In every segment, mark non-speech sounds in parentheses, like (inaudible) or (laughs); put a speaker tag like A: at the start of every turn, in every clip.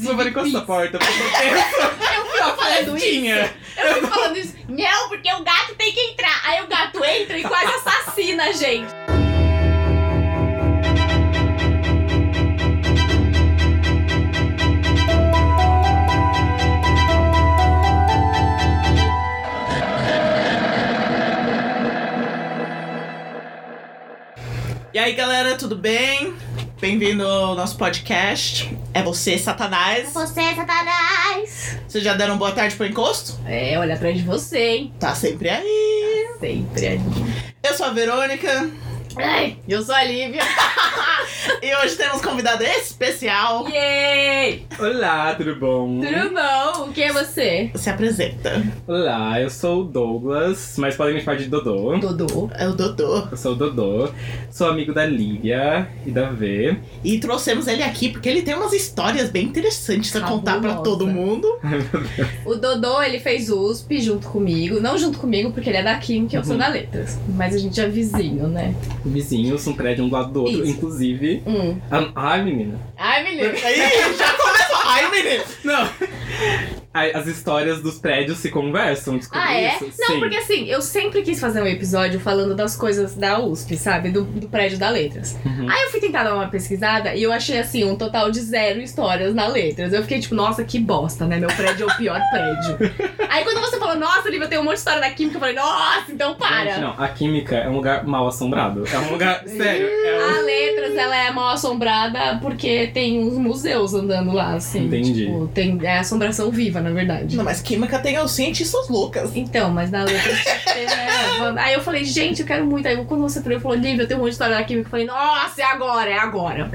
A: Giovanni com essa porta. porque eu penso-
B: Eu fico falando isso.
A: Tinha.
B: Eu fico falando isso. Não, porque o gato tem que entrar. Aí o gato entra e quase assassina a gente.
C: E aí, galera, tudo bem? Bem-vindo ao nosso podcast. É você, Satanás.
B: Você, Satanás.
C: Vocês já deram boa tarde pro encosto?
B: É, olha atrás de você, hein?
C: Tá sempre aí.
B: Sempre é ali.
C: Eu sou a Verônica
B: Ai, eu sou a Lívia.
C: (laughs) e hoje temos convidado especial.
B: Yay!
A: Olá, tudo bom?
B: Tudo bom? Quem é você?
C: Se apresenta.
A: Olá, eu sou o Douglas, mas podem me chamar de Dodô.
B: Dodô.
C: É o Dodô.
A: Eu sou o Dodô, sou amigo da Lívia e da V.
C: E trouxemos ele aqui porque ele tem umas histórias bem interessantes
B: Tá
C: a contar pra
B: Cabulosa.
C: todo
B: (laughs)
C: mundo.
B: O Dodô, ele fez USP junto comigo. Não junto comigo, porque ele é da Química e eu sou
A: Uhum.
B: da Letras. Mas a gente é vizinho, né?
A: Vizinhos, um prédio um do lado do outro,
B: Isso.
A: inclusive.
B: Hum.
A: a- Ai, menina.
B: Ai, menino.
C: Aí já começou. Ai, menino.
A: Não! Ai, As histórias dos prédios se conversam, descobri
B: Ah, é?
A: isso.
B: Não,
A: Sim.
B: porque assim, eu sempre quis fazer um episódio falando das coisas da USP, sabe? Do, do prédio da Letras.
A: Uhum.
B: Aí eu fui tentar dar uma pesquisada e eu achei, assim, um total de zero histórias na Letras. Eu fiquei tipo, nossa, que bosta, né? Meu prédio é o pior (laughs) prédio. Aí quando você falou, nossa, Lívia, tem um monte de história da Química, eu falei, nossa, então
A: Gente,
B: para.
A: não, a química é um lugar mal assombrado. É
B: (laughs)
A: um lugar. sério, é um.
B: A Letras, ela é mal assombrada porque tem uns museus andando lá, assim.
A: Entendi.
B: Tipo, tem, é assombração viva, na verdade.
C: Não, mas química tem os cientistas loucas.
B: Então, mas na letra. né, aí eu falei, gente, eu quero muito. Aí quando você falou, eu falei, Lívia, eu tenho um monte de história da química. Eu falei, nossa, é agora, é agora.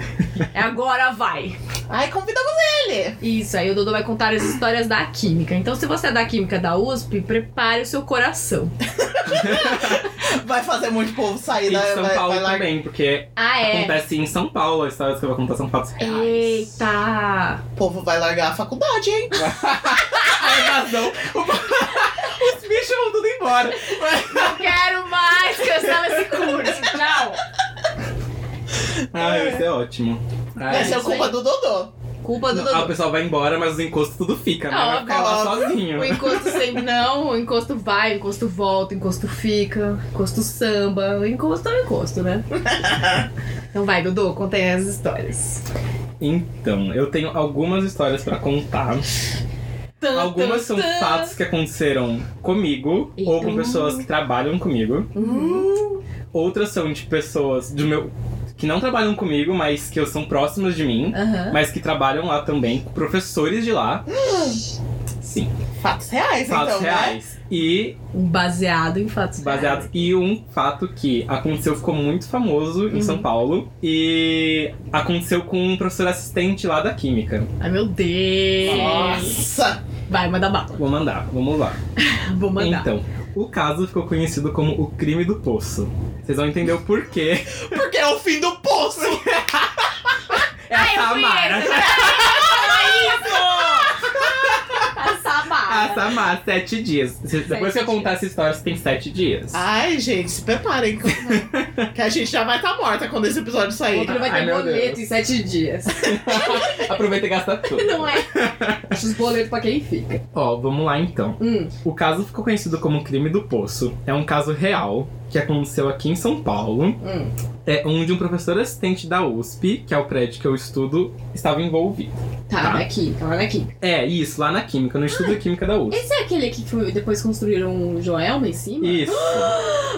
B: É agora, vai.
C: Ai, convidamos ele.
B: Isso, aí o Dodô vai contar as histórias da química. Então, se você é da química da USP, prepare o seu coração.
C: Vai fazer muito povo
A: E
C: sair
A: de
C: da.
A: São
C: vai,
A: Paulo
C: vai largar.
A: também, porque
B: Ah, é?
A: acontece em São Paulo, as histórias que eu vou contar são fatos reais.
B: Eita!
C: O povo vai largar a faculdade, hein?
A: Ai, razão. (laughs) Os bichos vão tudo embora.
B: Não quero mais cancela esse curso. Não!
A: Ai, isso é ótimo.
C: Vai
A: Ai,
C: ser
B: isso
C: a é culpa
B: aí.
C: do Dodô.
B: Culpa do
A: não, ah, o
B: Dodô.
A: pessoal vai embora, mas os encostos tudo fica, né?
B: Ah,
A: Vai ficar lá
C: óbvio.
A: sozinho.
B: O encosto sempre não, o encosto vai, o encosto volta, o encosto fica, o encosto samba, o encosto é o encosto, né? Então vai, Dudu, conta aí as histórias.
A: Então, eu tenho algumas histórias pra contar.
B: Tan,
A: Algumas
B: tan,
A: são
B: tan.
A: fatos que aconteceram comigo ou com
B: Eita.
A: pessoas que trabalham comigo.
B: Uhum.
A: Outras são de pessoas do meu que não trabalham comigo, mas que eu são próximas de mim,
B: Aham.
A: mas que trabalham lá também, com professores de lá. Sim,
C: Fatos reais,
A: fatos
C: então, né?
A: reais. E
B: Um baseado em fatos
A: baseados e um fato que aconteceu ficou muito famoso em
B: Uhum.
A: São Paulo e aconteceu com um professor assistente lá da química.
B: reais. Ai, meu Deus.
C: Nossa!
B: Vai, manda bala.
A: Vou mandar, vamos lá.
B: Vou mandar.
A: Então, o caso ficou conhecido como o crime do poço. Vocês vão entender o porquê.
C: Porque é o fim do poço!
A: É
B: (laughs)
A: a
B: Ai, eu É né,
A: Samara.
B: conheço. A
A: (laughs) A
B: Samara.
A: Ah, Samara, sete dias. Cê- Depois que
B: dias.
A: eu
B: Ah.
A: contar essa história, você tem sete dias.
C: Ai, gente, se preparem. que- Que a gente já vai estar morta quando esse episódio sair.
B: Outro vai
A: Ai,
B: ter
A: meu
B: boleto
A: Deus.
B: em sete
A: (laughs)
B: dias.
A: Aproveita e gasta tudo.
B: Não é? Acho os boletos pra quem fica.
A: Ó, vamos lá então.
B: Hum.
A: O caso ficou conhecido como o crime do poço. É um caso real que aconteceu aqui em São Paulo.
B: Hum.
A: É onde um professor assistente da USP, que é o prédio que eu estudo, estava envolvido.
B: Tá,
A: Tá.
B: olha aqui, olha aqui.
A: É, isso, lá na Química, no Estudo de Química da USP.
B: Esse é aquele que foi- depois construíram o Joelma em cima? (gasps)
A: Isso.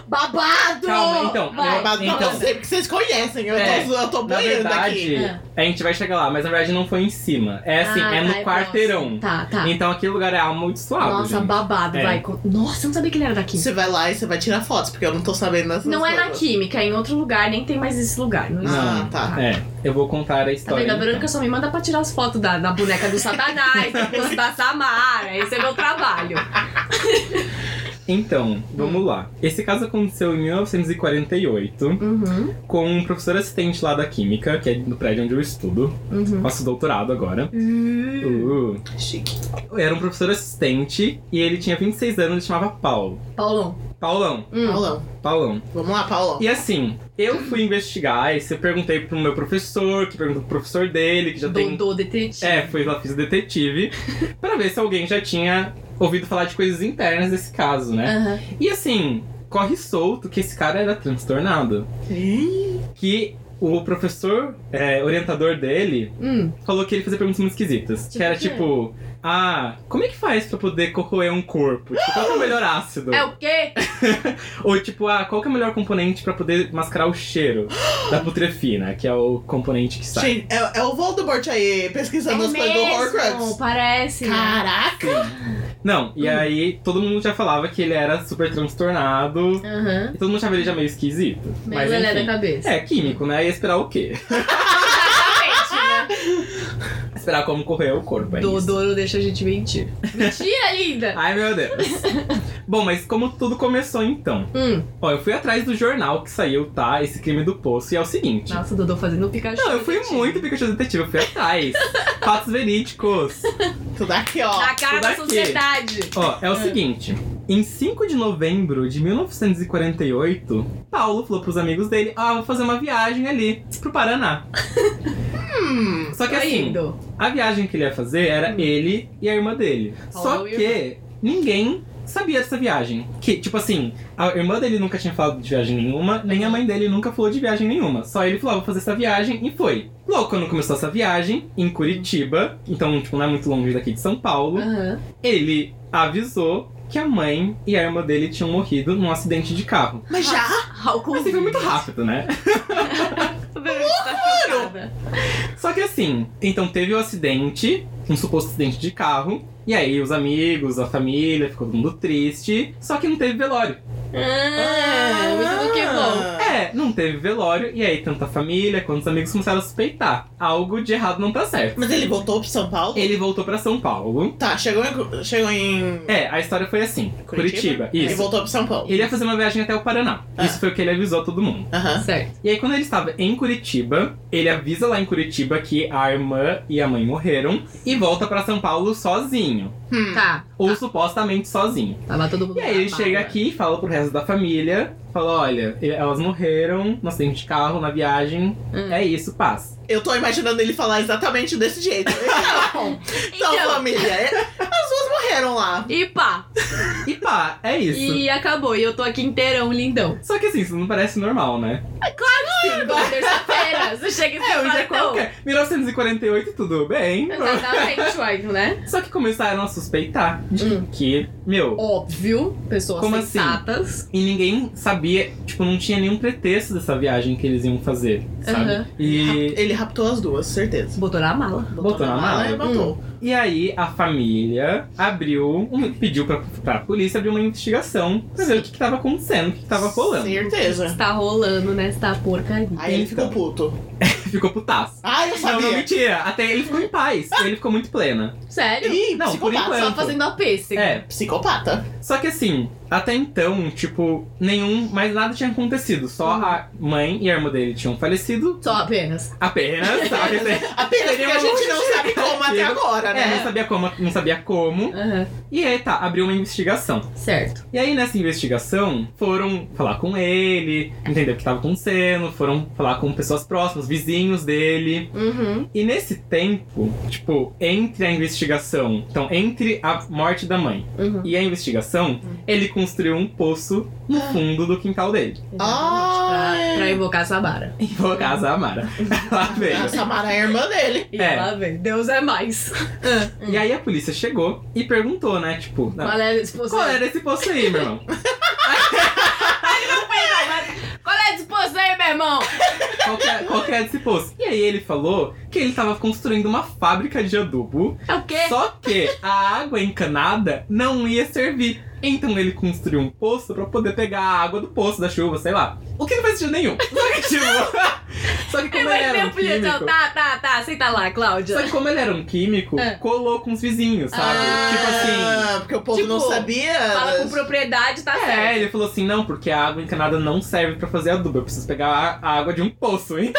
B: Babado!
A: Calma, então.
B: Vai.
C: Mas não,
A: Então.
C: eu sei porque vocês conhecem. Eu
A: É,
C: tô, eu tô
A: Na
C: boiando
A: verdade,
C: aqui.
B: Ah.
A: a gente vai chegar lá, mas na verdade não foi em cima. É assim,
B: Ah,
A: é no
B: tá,
A: quarteirão.
B: próximo. Tá, tá.
A: Então aquele lugar é amaldiçoado.
B: Nossa,
A: gente.
B: babado,
A: É.
B: vai. con- Nossa, eu não sabia que ele era da Química.
C: Você vai lá e você vai tirar fotos, porque eu não tô sabendo dessas
B: Não é
C: coisas.
B: na Química, é em outro lugar, nem tem mais esse lugar. Não, existe.
C: Ah, tá.
A: É, eu vou contar a
B: Tá
A: história.
B: vendo? A
A: então.
B: Verônica só me manda pra tirar as fotos da, da boneca do Satanás, do poço da Samara. Esse é meu trabalho.
A: Então, vamos lá. Esse caso aconteceu em 1948
B: Uhum,
A: com um professor assistente lá da Química, que é do prédio onde eu estudo.
B: uhum.
A: Faço doutorado agora.
B: Hum.
A: Uh.
C: Chique.
A: Era um professor assistente e ele tinha 26 anos e chamava Paulo.
B: Paulão.
A: Paulão,
B: Hum.
C: Paulão.
A: Paulão.
C: Vamos lá, Paulão.
A: E assim, eu fui investigar, isso eu perguntei pro meu professor, que perguntou pro professor dele, que já tem.
B: Dodô detetive.
A: É, fui lá, fiz o detetive, pra ver se alguém já tinha ouvido falar de coisas internas desse caso, né?
B: Aham.
A: E assim, corre solto que esse cara era transtornado. Que o professor, é, orientador dele,
B: Hum.
A: falou que ele fazia perguntas muito esquisitas.
B: Tipo
A: que era
B: o quê?
A: tipo, ah, como é que faz pra poder corroer um corpo? Tipo, qual que é o melhor ácido?
B: É o quê?
A: Ou tipo, ah, qual que é o melhor componente pra poder mascarar o cheiro da putrefina, que é o componente que sai.
C: Gente, é, é o Voldemort aí pesquisando
B: é
C: as coisas do
B: mesmo,
C: Horcrux.
B: parece. né?
C: Caraca!
A: Não,
B: Hum.
A: e aí todo mundo já falava que ele era super transtornado.
B: Aham.
A: E todo mundo achava ele já meio esquisito.
B: Meio
A: mas
B: lelé
A: enfim.
B: da cabeça.
A: É, químico, né? Ia esperar o quê? (laughs)
B: Exatamente,
A: esperar como correr o corpo,
B: né?
A: é isso.
B: Dodô não deixa a gente mentir. Mentira, linda!
A: Ai,
B: (laughs)
A: meu Deus. Bom, mas como tudo começou então?
B: Hum.
A: Ó, eu fui atrás do jornal que saiu, tá? Esse crime do poço, e é o seguinte.
B: Nossa, o Dodô fazendo o Pikachu.
A: Não, eu fui
B: detetive.
A: muito Pikachu detetive, eu
B: (laughs)
A: fui atrás. Fatos verídicos.
C: Tudo aqui, ó.
B: Na cara
A: Tudo
B: da
A: aqui.
B: sociedade.
A: Ó, é o seguinte. Em 5 de novembro de 1948, Paulo falou pros amigos dele: Ah, vou fazer uma viagem ali pro Paraná.
C: Hum.
A: Só que
B: Tô
A: assim,
B: indo.
A: a viagem que ele ia fazer era ele e a irmã dele. Só
B: Paulo e
A: que ninguém sabia dessa viagem. Que, tipo assim, a irmã dele nunca tinha falado de viagem nenhuma, nem a mãe dele nunca falou de viagem nenhuma. Só ele falou, "Ah, vou fazer essa viagem e foi. Logo quando começou essa viagem, em Curitiba, então, tipo, não é muito longe daqui de São Paulo,
B: Aham.
A: ele avisou que a mãe e a irmã dele tinham morrido num acidente de carro.
C: Mas já?
B: How
A: Mas assim,
B: (laughs)
A: foi muito rápido, né?
B: tá
A: Só que assim, então teve o acidente, um suposto acidente de carro. E aí os amigos, a família, ficou todo mundo triste. Só que não teve velório.
B: Ah, muito do que bom.
C: Ah.
A: É, não teve velório. E aí tanto a família quanto os amigos começaram a suspeitar. Algo de errado não tá certo.
C: Mas ele voltou pro São Paulo?
A: Ele voltou pra São Paulo.
C: Tá, chegou em. Chegou em...
A: É, a história foi assim. Curitiba,
C: Hum. Ele
A: isso.
C: voltou pro São Paulo.
A: Ele é- ia fazer uma viagem até o Paraná.
C: Ah.
A: Isso foi o que ele avisou a todo mundo.
C: Aham.
B: Certo.
A: E aí, quando ele estava em Curitiba, ele avisa lá em Curitiba que a irmã e a mãe morreram e volta pra São Paulo sozinho.
C: Hum.
B: Tá.
A: Ou supostamente sozinho.
B: Tava todo mundo
A: E aí ele
B: na
A: chega
B: bala.
A: aqui e fala pro resto da família: fala, olha, elas morreram no acidente de carro, na viagem,
B: Hum.
A: é isso, paz.
C: Eu tô imaginando ele falar exatamente desse
B: (laughs)
C: jeito. Então, então,
B: Então.
C: família, é- as duas morreram lá.
B: E pá.
A: E pá, é isso.
B: E acabou. E eu tô aqui inteirão, lindão.
A: Só que assim, isso não parece normal, né?
B: Segunda, (laughs) terça-feira. Você chega e
A: É, um
B: fala,
A: dia
B: então. Uhum.
A: qualquer. 1948, tudo bem.
B: Exatamente, uai, né?
A: Só que começaram a suspeitar de
B: Hum.
A: que, meu,
B: Óbvio, pessoas
A: Como assim?
B: sensatas.
A: E ninguém sabia, tipo, não tinha nenhum pretexto dessa viagem que eles iam fazer, sabe?
B: Aham.
A: E,
C: Ele raptou as duas,
A: assim?
C: certeza.
B: Botou na mala.
A: Botou na mala? Hum,
C: e botou.
A: e aí a família abriu, um- pediu pra, pra polícia abrir uma investigação pra ver o que, que tava acontecendo, o que, que tava rolando.
C: Certeza.
B: Está rolando nesta porcaria.
C: Aí ele ficou puto.
A: Ficou putaço. Ah.
C: Ah, eu
A: Então. Não, não,
C: sabia.
A: mentira. Até ele ficou em paz. ele ficou muito plena.
B: Sério?
C: Ih,
A: Não, por
C: psicopata.
A: enquanto.
B: Só fazendo a pêssega.
A: É.
C: Psicopata.
A: Só que assim, até então, tipo, nenhum. Mas nada tinha acontecido. Só
B: Uhum.
A: a mãe e a irmã dele tinham falecido.
B: Só apenas.
A: (laughs) Apenas. sabe?
C: Apenas
A: Seria
C: porque a
A: é uma
C: gente não sabe como até
A: justificativa.
C: agora,
A: É, não
C: né?
A: sabia como. Não sabia como.
B: Aham.
A: E aí tá, abriu uma investigação.
B: Certo.
A: E aí, nessa investigação, foram falar com ele, entender o que tava acontecendo, foram falar com pessoas próximas, vizinhos dele.
B: Uhum.
A: E nesse tempo, tipo, entre a investigação, então, entre a morte da mãe
B: Uhum.
A: e a investigação, ele construiu um poço no
B: Ah.
A: fundo do quintal dele,
B: Exatamente.
C: Ai.
B: Pra, pra invocar Sabara.
A: em vou casa da
B: (laughs)
A: Amara. Lá
C: A
B: Hum.
A: veio.
C: Samara é a irmã dele.
B: E
A: É.
B: lá vem. Deus é mais.
A: E aí a polícia chegou e perguntou, né, tipo,
B: Qual é a disposição?
A: qual era esse poço aí, meu irmão?
B: Qual é a disposição aí, meu irmão?
A: qual, que é, qual que é desse poço? E aí ele falou que ele tava construindo uma fábrica de adubo,
B: É o quê?
A: só que a água encanada não ia servir. Então ele construiu um poço pra poder pegar a água do poço, da chuva, sei lá. O que não faz sentido nenhum. Só que, tipo, (laughs) só que
B: Eu
A: como ele era um
B: filho, então,
A: químico...
B: tá, tá, tá. Senta lá, Cláudia.
A: Só que como ele era um químico,
B: Ah.
A: colou com os vizinhos, sabe?
B: Ah.
A: Tipo assim...
C: Ah, porque o povo
B: Tipo,
C: não sabia.
B: Fala com propriedade, tá
A: É,
B: certo.
A: ele falou assim, não, porque a água encanada não serve pra fazer adubo, eu preciso pegar a a água de um poço, hein?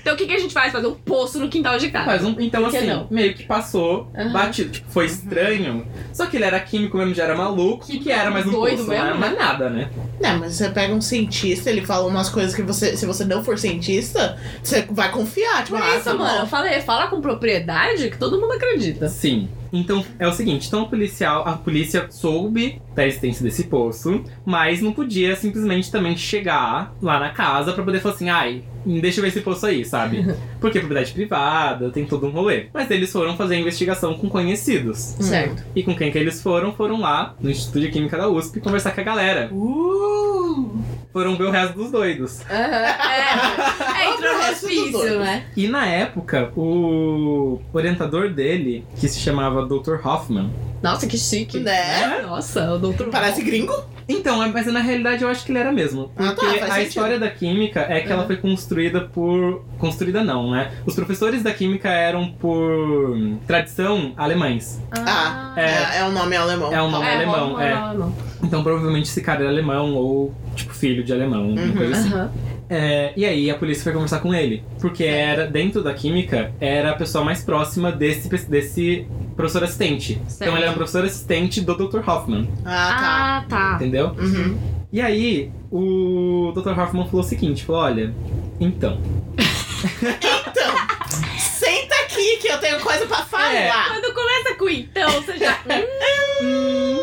B: Então o que, que a gente faz? Fazer um poço no quintal de casa.
A: Mas um- então,
B: Por que
A: assim,
B: não?
A: meio que passou
B: Aham. Uhum.
A: batido. Tipo, foi estranho. Só que ele era químico mesmo, já era maluco. O que, que era mais um
B: Doido
A: poço?
B: mesmo,
A: Não era mais nada, né?
C: Não, mas você pega um cientista, ele fala umas coisas que você, se você não for cientista, você vai confiar. Tipo,
B: Tipo, é
C: ah, tá
B: isso,
C: bom.
B: mano. Fala, fala com propriedade que todo mundo acredita.
A: Sim. Então é o seguinte, então o policial, a polícia soube da existência desse poço, mas não podia simplesmente também chegar lá na casa pra poder falar assim, ai, deixa eu ver esse poço aí, sabe? Porque é propriedade privada, tem todo um rolê. Mas eles foram fazer a investigação com conhecidos.
C: Hum.
B: Certo.
A: E com quem que eles foram? Foram lá no Instituto de Química da USP conversar com a galera.
C: Uh!
A: Foram ver o resto dos doidos.
B: Aham. É, é entrou
C: Vamos
B: no
C: pro resto dos
B: hospício,
C: dois.
B: né?
A: E na época, o orientador dele, que se chamava Dr. Hoffman,
B: Nossa, que chique.
C: Né?
B: Nossa, o doutor.
C: Parece gringo?
A: Então, é- mas na realidade eu acho que ele era mesmo.
C: Ah, tá,
A: Porque
C: faz
A: a
C: sentido.
A: história da química é que ela
B: Uhum.
A: foi construída por. Construída não, né? Os professores da química eram, por hum, tradição, alemães.
C: Ah, É,
A: É.
C: é um nome alemão.
A: É um
C: Tá.
A: nome alemão,
B: não,
A: é.
B: não, não.
A: Então provavelmente esse cara era alemão ou, tipo, filho de alemão,
C: Uhum.
A: uma coisa assim.
B: Aham.
A: É, e aí a polícia foi conversar com ele. Porque era, dentro da química, era a pessoa mais próxima desse, pe- desse professor assistente. Então
B: Certo.
A: ele era um professor assistente do Dr. Hoffman,
C: Ah, tá.
B: Ah, tá.
A: entendeu?
C: Uhum.
A: E aí, o Dr. Hoffman falou o seguinte, falou, olha, então,
C: Então, senta aqui que eu tenho coisa pra
A: É.
C: falar.
B: Quando começa com então, você já. Hum,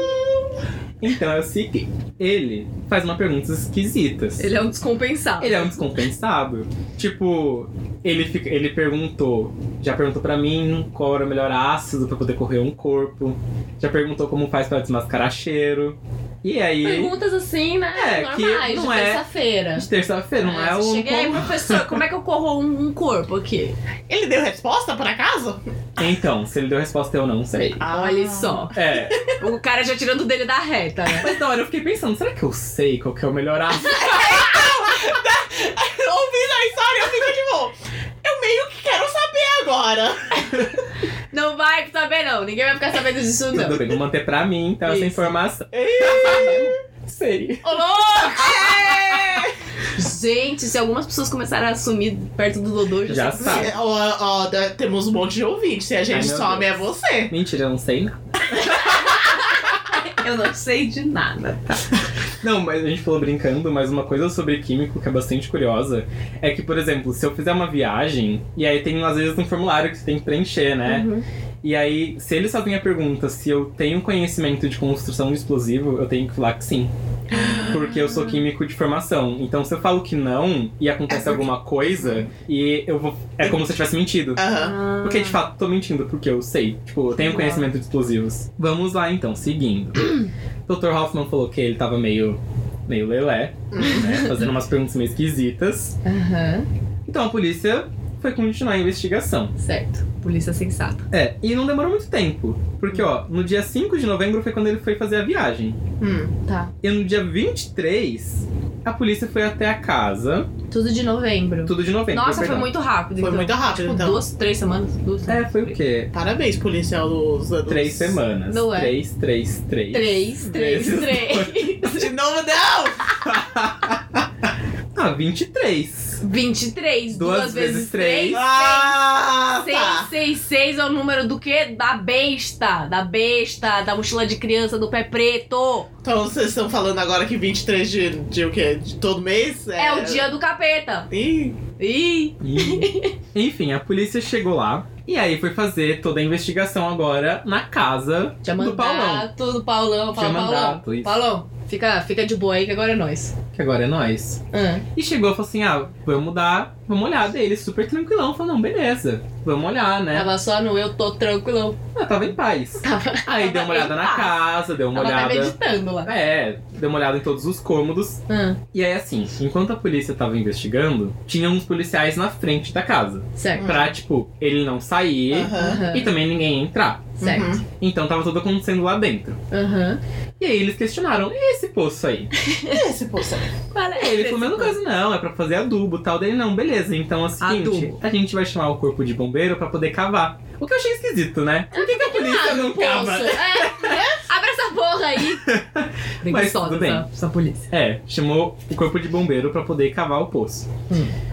A: então é o seguinte, ele faz uma pergunta esquisitas.
B: ele é um descompensado.
A: Ele é um descompensado. Tipo, ele, fica- ele perguntou, já perguntou pra mim qual era o melhor ácido pra poder correr um corpo. Já perguntou como faz pra desmascarar cheiro. E aí,
B: Perguntas assim, né?
A: É, que
B: normais,
A: não
B: de
A: é-
B: terça-feira.
A: de terça-feira, não é
B: Ah,
A: o...
B: Cheguei, aí, professor, como é que eu corro um, um corpo aqui?
C: Ele deu resposta, por acaso?
A: Então, se ele deu resposta eu não sei.
C: Ah.
B: Ah. Olha
C: (laughs)
B: só.
A: É,
B: O cara já tirando o dele da reta, né?
A: mas na hora eu fiquei pensando, será que eu sei qual que é o melhor ácido?
C: Ouvindo a história, eu fico tipo, eu meio que quero saber agora.
B: Não vai saber, não. Ninguém vai ficar sabendo disso, não.
A: (laughs) Tudo bem, vou manter pra mim, então, essa
B: Isso.
A: informação. Sei.
C: (laughs)
B: Ô, louco! Gente, se algumas pessoas começaram a sumir perto do Dodô, já,
A: Já
B: sei-
A: sabe.
C: É, ó, ó, da- temos um monte de ouvinte. Se a gente
A: Tá. meu
C: some,
A: Deus.
C: é você.
A: Mentira, eu não sei nada.
B: Eu não sei de nada.
A: Não, mas a gente falou brincando, mas uma coisa sobre químico que é bastante curiosa é que, por exemplo, se eu fizer uma viagem, e aí tem às vezes um formulário que você tem que preencher, né?
B: Uhum.
A: E aí, se eles fazem a pergunta se eu tenho conhecimento de construção de explosivo, eu tenho que falar que sim. Porque eu sou químico de formação. Então, se eu falo que não e acontece
C: Ah. É porque-
A: alguma coisa, e eu vou. É como se eu tivesse mentido.
C: Aham.
B: Ah.
A: Porque, de fato, tô mentindo, porque eu sei. Tipo, eu tenho conhecimento de explosivos. Vamos lá,
B: (clears throat)
A: então, seguindo. Dr. Hoffman falou que ele tava meio... Meio lelé,
C: Hum.
A: né? Fazendo umas perguntas meio esquisitas.
B: Aham,
A: Então, a polícia foi continuar a investigação.
B: certo. Polícia sensata.
A: É, e não demorou muito tempo. Porque, ó, no dia 5 de novembro foi quando ele foi fazer a viagem.
C: Hum.
B: Tá.
A: E no dia 23, a polícia foi até a casa.
B: Tudo de novembro.
A: Tudo de novembro.
B: Nossa, foi
A: perdão.
B: muito rápido.
C: Foi
B: então.
C: muito rápido,
B: Tipo,
C: então.
B: duas, três semanas? Duas
A: É, foi o quê?
C: Parabéns, policial dos anos.
A: Três semanas.
B: Não é.
A: Três, três, três.
B: Três, três,
A: Vezes
B: três.
C: (laughs) De novo, não!
A: (laughs) Ah, 23.
B: 23,
A: Duas
B: duas,
A: vezes
B: vezes,
A: três.
B: três.
C: Ah, tá.
B: 666 é o número do quê? Da besta. Da besta, da mochila de criança, do pé preto.
C: Então vocês estão falando agora que 23 de, de o quê? De todo mês?
B: É, o dia do capeta.
C: Ih,
B: Ih,
A: E- Enfim, a polícia chegou lá e aí foi fazer toda a investigação agora na casa
B: tinha
A: do Paulão.
B: mandato do Paulão. Fala,
A: Tinha
B: Paulão.
A: mandato, isso.
B: Paulão, fica, fica de boa aí que agora é nós.
A: Que agora é nós.
B: Ah,
A: E chegou e falou assim: ah, vamos dar, vamos olhar dele, super tranquilão. Falou, não, beleza, vamos olhar, né?
B: Tava só no eu tô tranquilão.
A: Ah, tava em paz.
B: (laughs) Tava,
A: Aí deu uma olhada
B: em
A: na
B: paz.
A: casa, deu uma
B: tava até
A: olhada.
B: meditando lá.
A: É, deu uma olhada em todos os cômodos.
B: Ah,
A: E aí, assim, enquanto a polícia tava investigando, tinha uns policiais na frente da casa.
B: certo.
A: Pra, tipo, ele não
C: aham.
A: sair
B: Hum. Aham, Uhum.
A: e também ninguém entrar.
B: certo.
C: Uhum.
A: Então tava tudo acontecendo lá dentro.
B: Aham.
A: E aí eles questionaram, e esse poço aí?
B: (laughs)
C: Esse poço.
B: Qual é
A: Aí ele
B: esse
A: falou, mas no
B: povo?
A: caso não, é pra fazer adubo e tal. Daí, não, beleza, então é o seguinte,
B: Adubo.
A: a gente vai chamar o corpo de bombeiro pra poder cavar. O que eu achei esquisito, né? Por que, que a polícia
B: Ah,
A: não
B: poço.
A: cava? (laughs)
B: É, né? Abre essa porra aí. Preguiçosa
A: tudo bem.
B: essa, essa polícia.
A: É, chamou o corpo de bombeiro pra poder cavar o poço.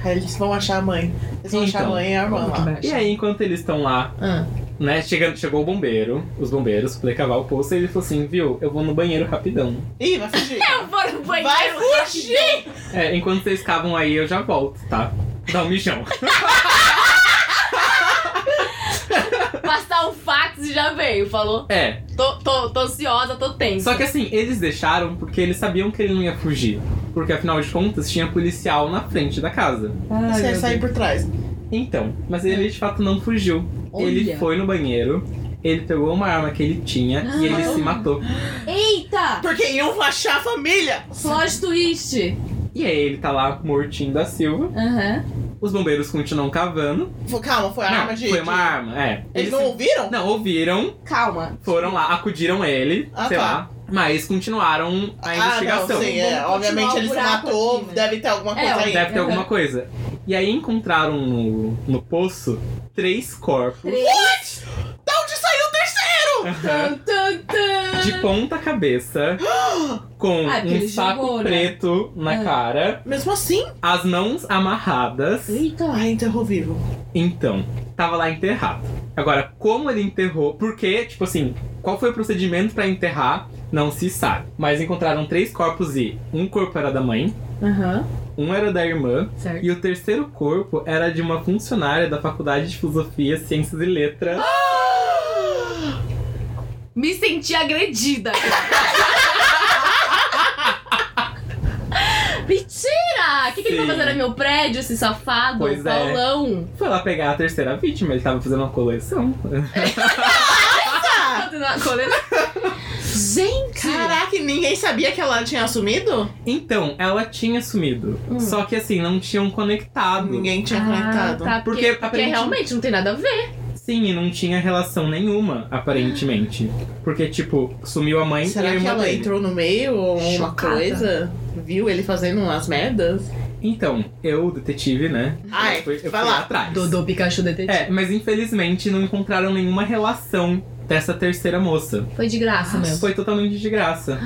C: Aí eles vão achar a mãe. Eles vão achar a
A: Então,
C: mãe e a irmã
B: Como que
C: lá.
B: vai
A: E
B: achar?
A: aí, enquanto eles estão lá,
B: Ah,
A: né, chega, chegou o bombeiro, os bombeiros, pra poder cavar o poço, e ele falou assim, viu, eu vou no banheiro rapidão.
C: Ih, vai fugir.
B: Eu vou no Tá banheiro.
C: Vai fugir!
A: É, enquanto vocês cavam aí, eu já volto, tá? Dá um mijão. (laughs)
B: Passar o fax e já veio. Falou,
A: É,
B: tô, tô, tô ansiosa, tô tensa.
A: só que assim, eles deixaram porque eles sabiam que ele não ia fugir. Porque afinal de contas, tinha policial na frente da casa.
B: Ai,
C: Você
B: meu
C: ia sair
B: Deus.
C: por trás.
A: Então, mas ele de fato não fugiu. Ele
B: Olha.
A: foi no banheiro, ele pegou uma arma que ele tinha e ele se matou.
B: Eita!
C: Porque iam achar a família.
B: Plot twist.
A: E aí ele tá lá mortinho da Silva.
B: Aham.
A: Os bombeiros continuam cavando.
C: Fo- Calma, foi a
A: não,
C: arma de.
A: foi
C: de-
A: uma arma, é.
C: Eles não ouviram?
A: não ouviram,
B: Calma.
A: foram lá, acudiram ele,
C: Ah,
A: sei
C: tá.
A: lá, mas continuaram a
C: Ah,
A: investigação.
C: não, sim,
B: Vamos
C: é.
B: continuar
C: Obviamente
B: o
C: eles
B: buraco
C: matou,
B: aqui, né?
C: deve ter alguma
B: É,
C: coisa aí.
A: Deve ter
B: Aham.
A: alguma coisa. E aí encontraram no, no poço três corpos
B: Três.
C: Da Então, onde saiu o terceiro?
B: Tan, tan, tan.
A: de ponta cabeça, com
B: Ah, porque
A: um
B: ele
A: saco
B: jogou, né?
A: preto na
B: Ah.
A: cara,
C: Mesmo assim?
A: as mãos amarradas.
B: Eita.
C: Ah, enterrou vivo.
A: Então, tava lá enterrado. Agora, como ele enterrou? Por quê? Tipo assim, qual foi o procedimento pra enterrar? Não se sabe. Mas encontraram três corpos e um corpo era da mãe,
B: Aham.
A: um era da irmã
B: Certo.
A: e o terceiro corpo era de uma funcionária da Faculdade de Filosofia, Ciências e Letras.
B: Me senti agredida. (laughs) Mentira! O que, que ele
A: Sim.
B: tá fazendo no meu prédio, esse safado?
A: Pois é.
B: Paulão.
A: Foi lá pegar a terceira vítima, ele tava fazendo uma coleção. Ah,
B: Tá tendo uma coleção. Gente!
C: Caraca, e ninguém sabia que ela tinha assumido?
A: então, ela tinha sumido.
B: Hum.
A: Só que assim, não tinham conectado.
C: Ninguém tinha
B: Ah,
C: conectado.
B: tá,
A: Porque,
B: porque, porque
A: aparentemente-
B: realmente não tem nada a ver.
A: Sim, e não tinha relação nenhuma, aparentemente. Porque, tipo, sumiu a mãe e a
C: Será que
A: irmã
C: ela
A: dele.
C: entrou no meio ou alguma
B: Chocada.
C: coisa? Viu ele fazendo umas merdas?
A: Então, eu, detetive, né?
C: Ai,
A: eu fui,
C: Ah,
A: eu
C: é. vai
A: fui
C: lá.
A: atrás.
B: Dodô Pikachu Detetive.
A: É, mas infelizmente não encontraram nenhuma relação dessa terceira moça.
B: Foi de
C: Ah,
B: graça mesmo.
A: É. Foi totalmente de graça.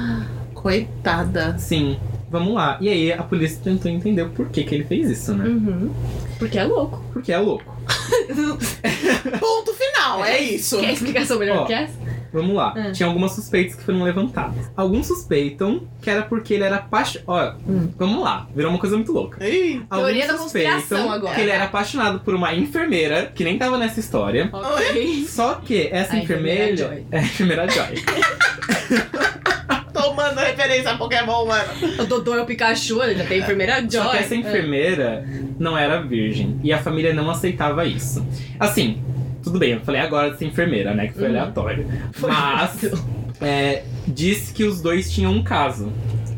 C: Coitada.
A: Sim, vamos lá. E aí a polícia tentou entender o porquê que ele fez isso, né?
B: Uhum. Porque é (laughs) louco.
A: Porque é louco.
C: Ponto final, é isso.
B: Quer explicação melhor
A: Ó.
B: que essa?
A: Vamos lá.
B: Ah.
A: Tinha algumas suspeitas que foram levantadas. Alguns suspeitam que era porque ele era apaixonado. Ó,
B: Hum.
A: vamos lá. Virou uma coisa muito louca.
C: Ih,
B: Teoria da
A: Alguns suspeitam
B: conspiração agora.
A: Que ele era apaixonado por uma enfermeira, que nem tava nessa história.
B: Ok.
A: Só que essa
B: A
A: enfermeira.
B: enfermeira
A: (laughs) É, a enfermeira Joy.
C: tomando referência a Pokémon, mano.
B: O Dodô é o Pikachu, ele já tem a enfermeira Joy. é.
A: Só que é essa enfermeira não era virgem. E a família não aceitava isso. Assim, tudo bem, eu falei agora dessa enfermeira, né? Que foi
B: Uhum.
A: aleatório. Mas. é, disse que os dois tinham um caso.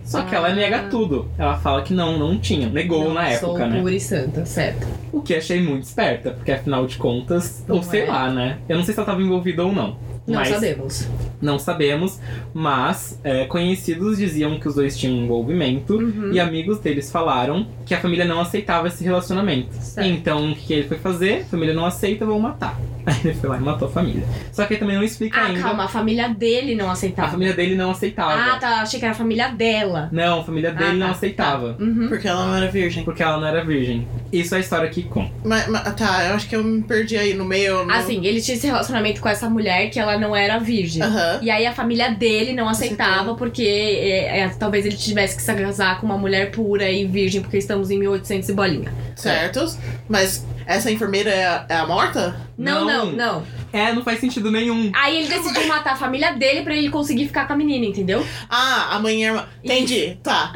A: Só que ela
B: Ah.
A: nega tudo. Ela fala que não, não tinha. Negou
B: Não,
A: na
B: sou
A: época, né?
B: pura e santa, certo.
A: O que achei muito esperta, porque afinal de contas,
B: Não
A: ou sei
B: é.
A: lá, né? Eu não sei se ela tava envolvida ou não.
B: Não
A: mas
B: sabemos.
A: não sabemos. Mas é, conhecidos diziam que os dois tinham um envolvimento.
B: Uhum.
A: E amigos deles falaram que a família não aceitava esse relacionamento.
B: Certo.
A: Então, o que que ele foi fazer? A família não aceita, vão matar. (laughs) Aí ele foi lá e matou a família. Só que ele também não explica
B: Ah,
A: ainda.
B: calma, a família dele não aceitava.
A: A família dele não aceitava.
B: Ah, tá. Achei que era a família dela.
A: Não, a família dele
B: Ah,
A: não
B: tá,
A: aceitava.
B: Uhum.
C: Porque ela não era virgem.
A: Porque ela não era virgem. Isso é a história que conta.
C: Mas, mas- tá, eu acho que eu me perdi aí no meio. no-
B: Assim, ele tinha esse relacionamento com essa mulher que ela não era virgem.
C: Aham.
B: E aí a família dele não aceitava, porque é, é, talvez ele tivesse que se casar com uma mulher pura e virgem, porque estamos em 1800 e bolinha.
C: Certos. Mas essa enfermeira é a, é a morta?
B: Não,
A: Não.
B: não, não.
A: É, não faz sentido nenhum.
B: Aí ele decidiu matar a família dele pra ele conseguir ficar com a menina, entendeu?
C: Ah, a mãe e a irmã. Entendi. Tá.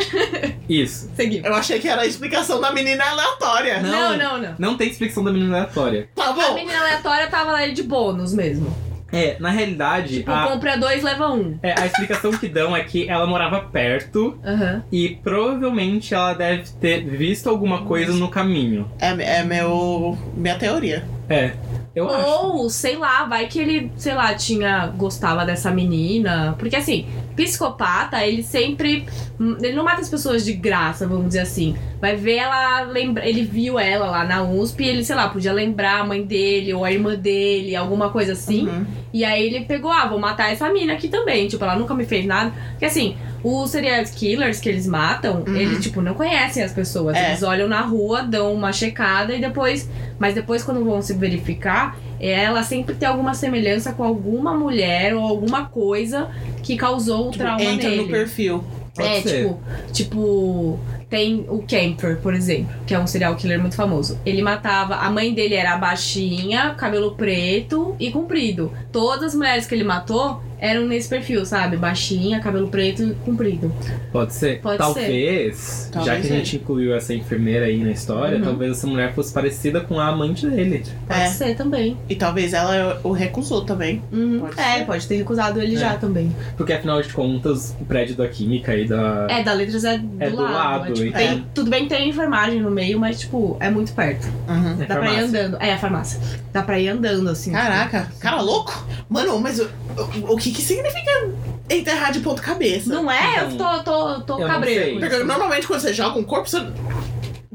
A: Isso.
B: Seguimos.
C: Eu achei que era a explicação da menina aleatória.
A: Não.
B: Não, não, não.
A: Não tem explicação da menina aleatória.
C: Tá
B: A
C: bom.
B: menina aleatória tava lá de bônus mesmo.
A: É, na realidade,
B: Tipo,
A: a,
B: compra dois, leva um.
A: é, a explicação que dão é que ela morava perto
B: Aham.
A: e provavelmente ela deve ter visto alguma coisa no caminho.
C: É, é meu, minha teoria.
A: É, eu acho.
B: Ou, sei lá, vai que ele, sei lá, tinha. gostava dessa menina. Porque assim, psicopata, ele sempre. hum, Ele não mata as pessoas de graça, vamos dizer assim. Vai ver ela. Lembra, ele viu ela lá na USP e ele, sei lá, podia lembrar a mãe dele ou a irmã dele, alguma coisa assim.
C: Uhum.
B: E aí ele pegou, ah, vou matar essa mina aqui também. Tipo, ela nunca me fez nada. Porque assim, os serial killers que eles matam,
C: Uhum.
B: eles, tipo, não conhecem as pessoas.
C: É.
B: Eles olham na rua, dão uma checada e depois. Mas depois, quando vão se verificar, ela sempre tem alguma semelhança com alguma mulher ou alguma coisa que causou o
C: Tipo,
B: trauma
C: entra
B: nele.
C: no perfil.
A: Pode
B: é,
A: ser.
B: tipo, tipo, tem o Kemper, por exemplo, que é um serial killer muito famoso. Ele matava, a mãe dele era baixinha, cabelo preto e comprido. Todas as mulheres que ele matou eram nesse perfil, sabe? Baixinha, cabelo preto e comprido.
A: Pode ser.
B: Pode
A: talvez, já
C: Talvez
A: que a gente incluiu essa enfermeira aí na história,
B: Uhum.
A: talvez essa mulher fosse parecida com a amante dele.
B: Pode
C: É.
B: ser também.
C: E talvez ela o recusou também.
B: Uhum.
C: Pode
B: é,
C: ser.
B: pode ter recusado ele
A: É.
B: já também.
A: Porque afinal de contas, o prédio da química e da.
B: É, da letras é do
A: É do
B: lado.
A: lado,
B: é, tipo,
A: então.
B: tem- tudo bem que tem enfermagem no meio, mas, tipo, é muito perto.
C: Uhum.
A: da
B: Dá pra ir andando. É, a farmácia. Dá pra ir andando, assim. tipo,
C: Caraca, cara louco? Mano, mas o, o, o que que significa enterrar de ponta cabeça?
B: Não é? Eu
A: Então,
B: tô, tô, tô
A: eu não sei.
B: cabreiro. com
C: Porque
B: isso.
C: normalmente quando você joga um corpo, você...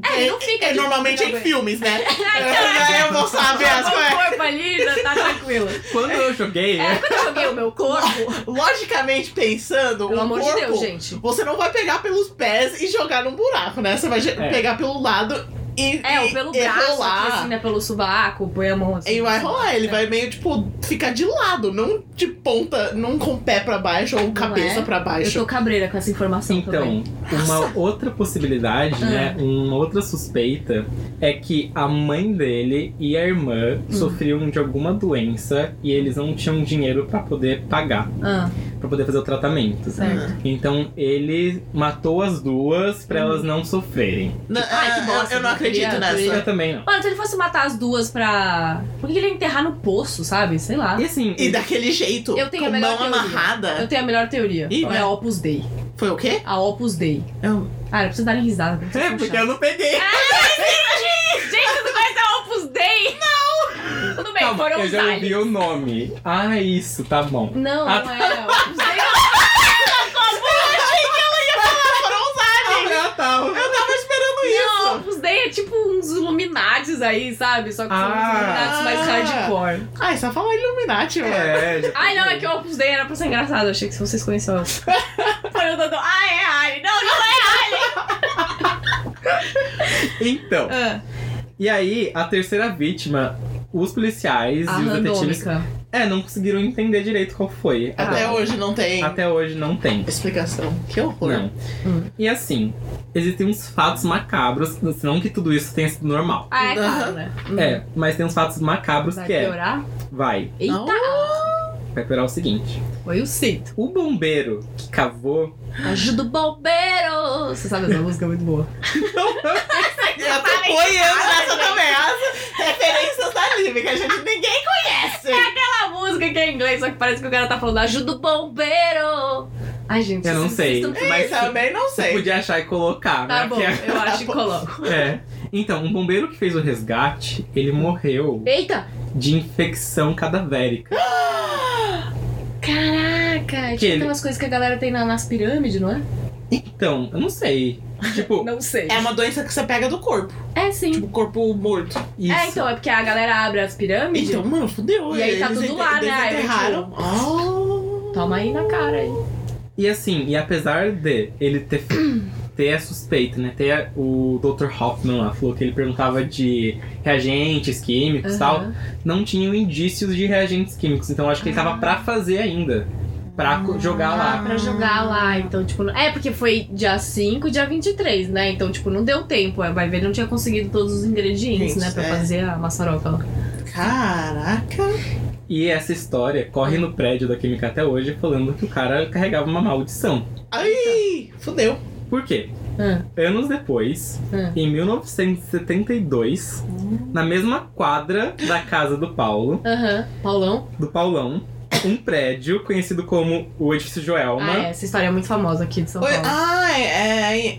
B: É, não fica
C: É
B: de-
C: normalmente em é,
B: Não,
C: filmes, né? (laughs)
B: (laughs) Então,
C: Eu,
B: tipo,
C: eu vou saber as
B: Meu
C: coisas.
B: Tá, corpo ali já tá tranquilo.
A: Quando eu joguei,
B: É,
A: é.
B: quando eu joguei o meu corpo,
C: Logicamente pensando,
B: pelo
C: um
B: amor
C: corpo,
B: de Deus, gente.
C: você não vai pegar pelos pés e jogar num buraco, né? Você vai je-
A: É.
C: pegar pelo lado e
B: É, ou
C: e-
B: pelo
C: e
B: braço,
C: rolar.
B: aqui, assim, né? Pelo subaco, põe a mão assim.
C: E vai rolar, ele vai meio tipo ficar de lado, não de ponta, não com o pé pra baixo ou cabeça
B: é?
C: pra
B: Eu
C: baixo.
B: tô cabreira com essa informação também. Ah.
A: Então, uma outra possibilidade, né? Uma outra suspeita é que a mãe dele e a irmã
B: Hum.
A: sofriam de alguma doença e eles não tinham dinheiro pra poder pagar,
B: Ah,
A: pra poder fazer o tratamento.
B: certo.
A: Então ele matou as duas pra
B: Uhum.
A: elas não sofrerem.
C: Não,
B: Ai, que
C: eu-
B: bosta,
C: eu não
B: né?
C: acredito
B: Queria-
A: Eu
C: nessa.
A: também não.
B: Mano, se ele fosse matar as duas pra... Por que ele ia enterrar no poço, sabe? Sei lá.
A: E assim,
C: E daquele jeito,
B: Eu tenho a
C: com mão
B: melhor teoria.
C: amarrada.
B: Eu tenho a melhor teoria.
C: Ih, né?
B: é
C: vai.
B: a Opus Dei.
C: Foi o quê?
B: A Opus Dei.
C: Eu...
B: Ah, não precisa darem risada. porque vocês
A: (laughs) é
B: são
A: porque eu
B: chatos.
A: não peguei.
B: Gente, você não conhece é a Opus Dei? Não! Tudo bem,
A: Calma,
B: foram
A: eu
B: os
A: já
B: aliens.
A: ouvi o nome. Ah, isso,
B: (laughs)
A: tá bom.
B: Não,
A: Ah,
B: não é. Opus Dei
A: Ah, tá.
B: Não, Opus Dei é tipo uns Illuminates aí, sabe? Só que são uns
A: Ah.
B: Illuminates mais hardcore.
C: Ai, só fala Illuminati, mano.
A: É, já
B: (laughs) Ai, não, é
A: peguei.
B: que o Opus Dei era pra ser engraçado. Achei que vocês conheciam. (laughs) Olha o Dodô. Ah, é Alien. Não, não
A: Então,
B: é.
A: e aí, a terceira vítima, os policiais
B: A
A: e os detetives.
B: Ah, randômica.
A: É, não conseguiram entender direito qual foi.
B: Ah.
C: Até
A: Até,
C: hoje não tem
A: até hoje não tem.
C: explicação. Que horror.
A: Não.
B: Hum.
A: E assim, existem uns fatos macabros, não que tudo isso tenha sido normal.
B: Ah, é claro, né?
A: É, mas tem uns fatos macabros
B: Vai
A: que é.
B: piorar?
A: Vai,
B: Eita!
A: vai piorar o seguinte:
B: Foi o cinto.
A: o bombeiro
B: (laughs)
A: que cavou.
B: Ajuda o bombeiro! Você sabe essa música é muito (laughs) boa.
C: Eu tô apoiando essa também. As referências da Lívia, que a gente ninguém conhece.
B: Aquela música que é em inglês, só que parece que o cara tá falando ajuda o bombeiro! Ai, gente,
A: Eu não
B: vocês-
A: sei,
B: vocês tão-
A: mas
C: Mas também não
A: você
C: sei.
A: podia achar e colocar,
B: (laughs) Tá
A: né?
B: bom,
A: Porque-
B: eu acho que coloco.
A: É. Então, um bombeiro que fez o resgate, ele morreu
B: Eita!
A: de infecção cadavérica.
B: Caraca! é
A: Que
B: Tipo
A: ele-
B: aquelas coisas que a galera tem na- nas pirâmides, não é?
A: Então, eu não sei. Tipo,
B: Não sei.
C: É uma doença que você pega do corpo.
B: É sim.
C: Tipo, corpo morto.
A: isso.
B: (laughs) É, então, é porque a galera abre as pirâmides.
C: Então, mano, fudeu.
B: E aí tá
C: Eles
B: tudo
C: ente-
B: lá, né? Aí,
C: Desenterraram. Ah.
B: Toma aí na cara aí.
A: E assim, e apesar de ele ter,
B: (clears throat)
A: ter a suspeita, né? Ter a- o Dr. Hoffman lá, falou que ele perguntava de reagentes químicos e tal,
B: Aham.
A: não tinham indícios de reagentes químicos. Então acho que ele tava pra fazer ainda. Pra co- jogar
B: Ah,
A: lá.
B: pra jogar lá, então, tipo... não- É, porque foi dia 5 e dia 23, né? Então, tipo, não deu tempo. é, Vai ver, ele não tinha conseguido todos os ingredientes,
C: Gente,
B: né? Pra
C: é.
B: fazer a maçaroca lá.
C: Oh, Caraca.
A: E essa história corre no prédio da química até hoje, falando que o cara carregava uma maldição.
C: Ai, fudeu.
A: Por quê?
B: Ah,
A: Anos depois,
B: ah.
A: em 1972,
B: Hum.
A: na mesma quadra da casa do Paulo,
B: Aham. Paulão?
A: do Paulão, um prédio conhecido como o Edifício Joelma.
B: Ah, é, essa história é muito famosa aqui de São
C: Oi,
B: Paulo.
C: ah, é, é, é,
B: que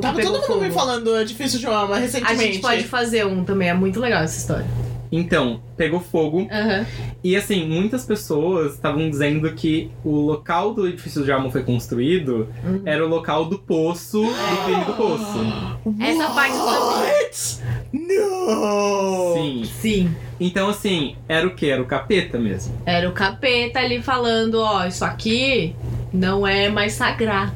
C: Tava
B: pegou
C: todo mundo me
B: fogo.
C: falando é do edifício Joelma
B: a
C: recentemente.
B: gente pode fazer um também, é muito legal essa história.
A: Então, pegou fogo.
B: Aham.
A: E assim, muitas pessoas estavam dizendo que o local do edifício de Alma foi construído
B: Uhum.
A: era o local do poço, do crime do poço.
B: Essa parte eu sabia.
C: What? No!
A: Sim.
B: Sim.
A: Então, assim, era o que? Era o capeta mesmo.
B: Era o capeta ali falando, ó, isso aqui não é mais sagrado.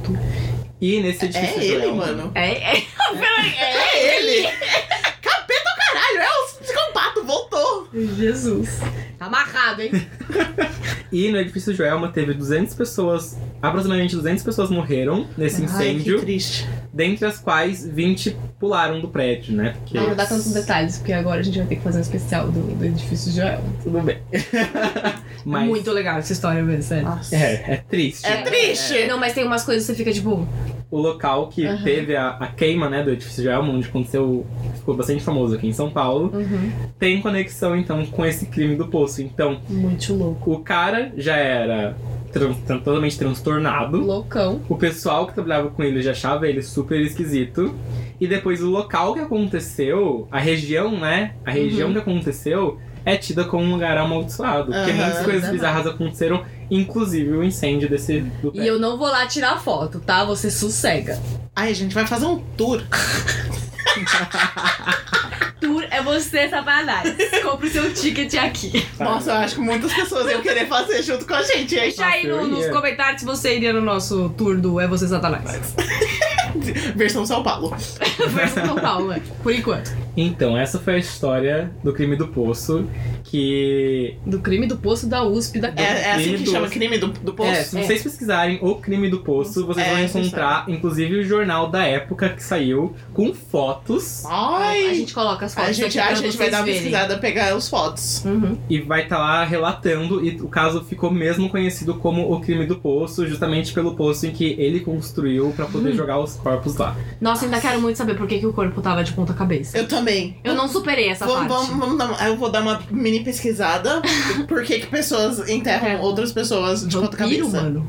A: E nesse
C: É
A: edifício de
C: ele,
A: Alma-
C: mano.
B: É, (laughs) é.
C: É ele! (laughs) Capeta o caralho, é o psicopata, voltou!
B: Jesus. Tá amarrado, hein?
A: E no edifício Joelma teve 200 pessoas, aproximadamente 200 pessoas morreram nesse
C: Ai,
A: incêndio,
C: que triste.
A: dentre as quais 20 pularam do prédio, né? Porque
B: Não, não dá tantos detalhes, porque agora a gente vai ter que fazer um especial do, do edifício Joel.
A: tudo bem. Mas
B: É Muito legal essa história, velho, sério.
C: Nossa.
A: é, é triste.
C: É triste!
B: Não, mas tem umas coisas que você fica tipo.
A: O local que
B: Aham.
A: teve a, a queima, né, do edifício Joelma, onde aconteceu, ficou bastante famoso aqui em São Paulo,
B: uhum,
A: tem conexão então com esse crime do poço. Então,
B: muito louco.
A: o cara já era tran- tran- totalmente transtornado.
B: Loucão.
A: O pessoal que trabalhava com ele já achava ele super esquisito. E depois o local que aconteceu, a região, né? A região
B: Uhum.
A: que aconteceu é tida como um lugar amaldiçoado. Porque
C: Aham,
A: muitas coisas
B: danado.
A: bizarras aconteceram, inclusive o incêndio desse do
B: E
A: prédio.
B: eu não vou lá tirar foto, tá? Você sossega.
C: Ai, a gente vai fazer um tour.
B: Tour é você, (laughs) Satanás. Compre o seu ticket aqui.
A: Sabe?
C: Nossa, eu acho que muitas pessoas iam querer fazer junto com a gente. hein?
B: Deixa aí
A: Nossa, Ah, eu
B: no- nos
A: ia.
B: comentários se você iria no nosso tour do É Você (laughs) Satanás.
C: Versão São Paulo.
B: Versão São Paulo, é. por enquanto.
A: (laughs) Então, essa foi a história do crime do poço. Que.
B: Do crime do poço da USP da
C: É, é assim
A: Crime
C: que
A: do-
C: chama crime do, do poço?
A: É, se
B: É.
A: vocês pesquisarem o crime do poço, vocês
C: É,
A: vão
C: essa
A: encontrar, inclusive, o jornal da época que saiu com fotos.
C: Ai!
B: A gente coloca as fotos
C: A gente,
B: aqui pra
C: a gente
B: vocês
C: vai dar uma
B: verem.
C: pesquisada, pegar os fotos.
B: Uhum.
A: e vai estar lá relatando. E o caso ficou mesmo conhecido como o crime do poço, justamente pelo poço em que ele construiu pra
B: Hum.
A: poder jogar os corpos lá.
B: Nossa, ainda quero muito saber por que, que o corpo tava de ponta cabeça.
C: Eu também.
B: Eu não superei essa
C: Vamos,
B: parte.
C: vamos, vamos dar uma- eu vou dar uma mini (laughs) pesquisada. Por que que pessoas enterram
B: É.
C: outras pessoas de ponta
B: Vampiro,
C: cabeça? (laughs)
B: mano.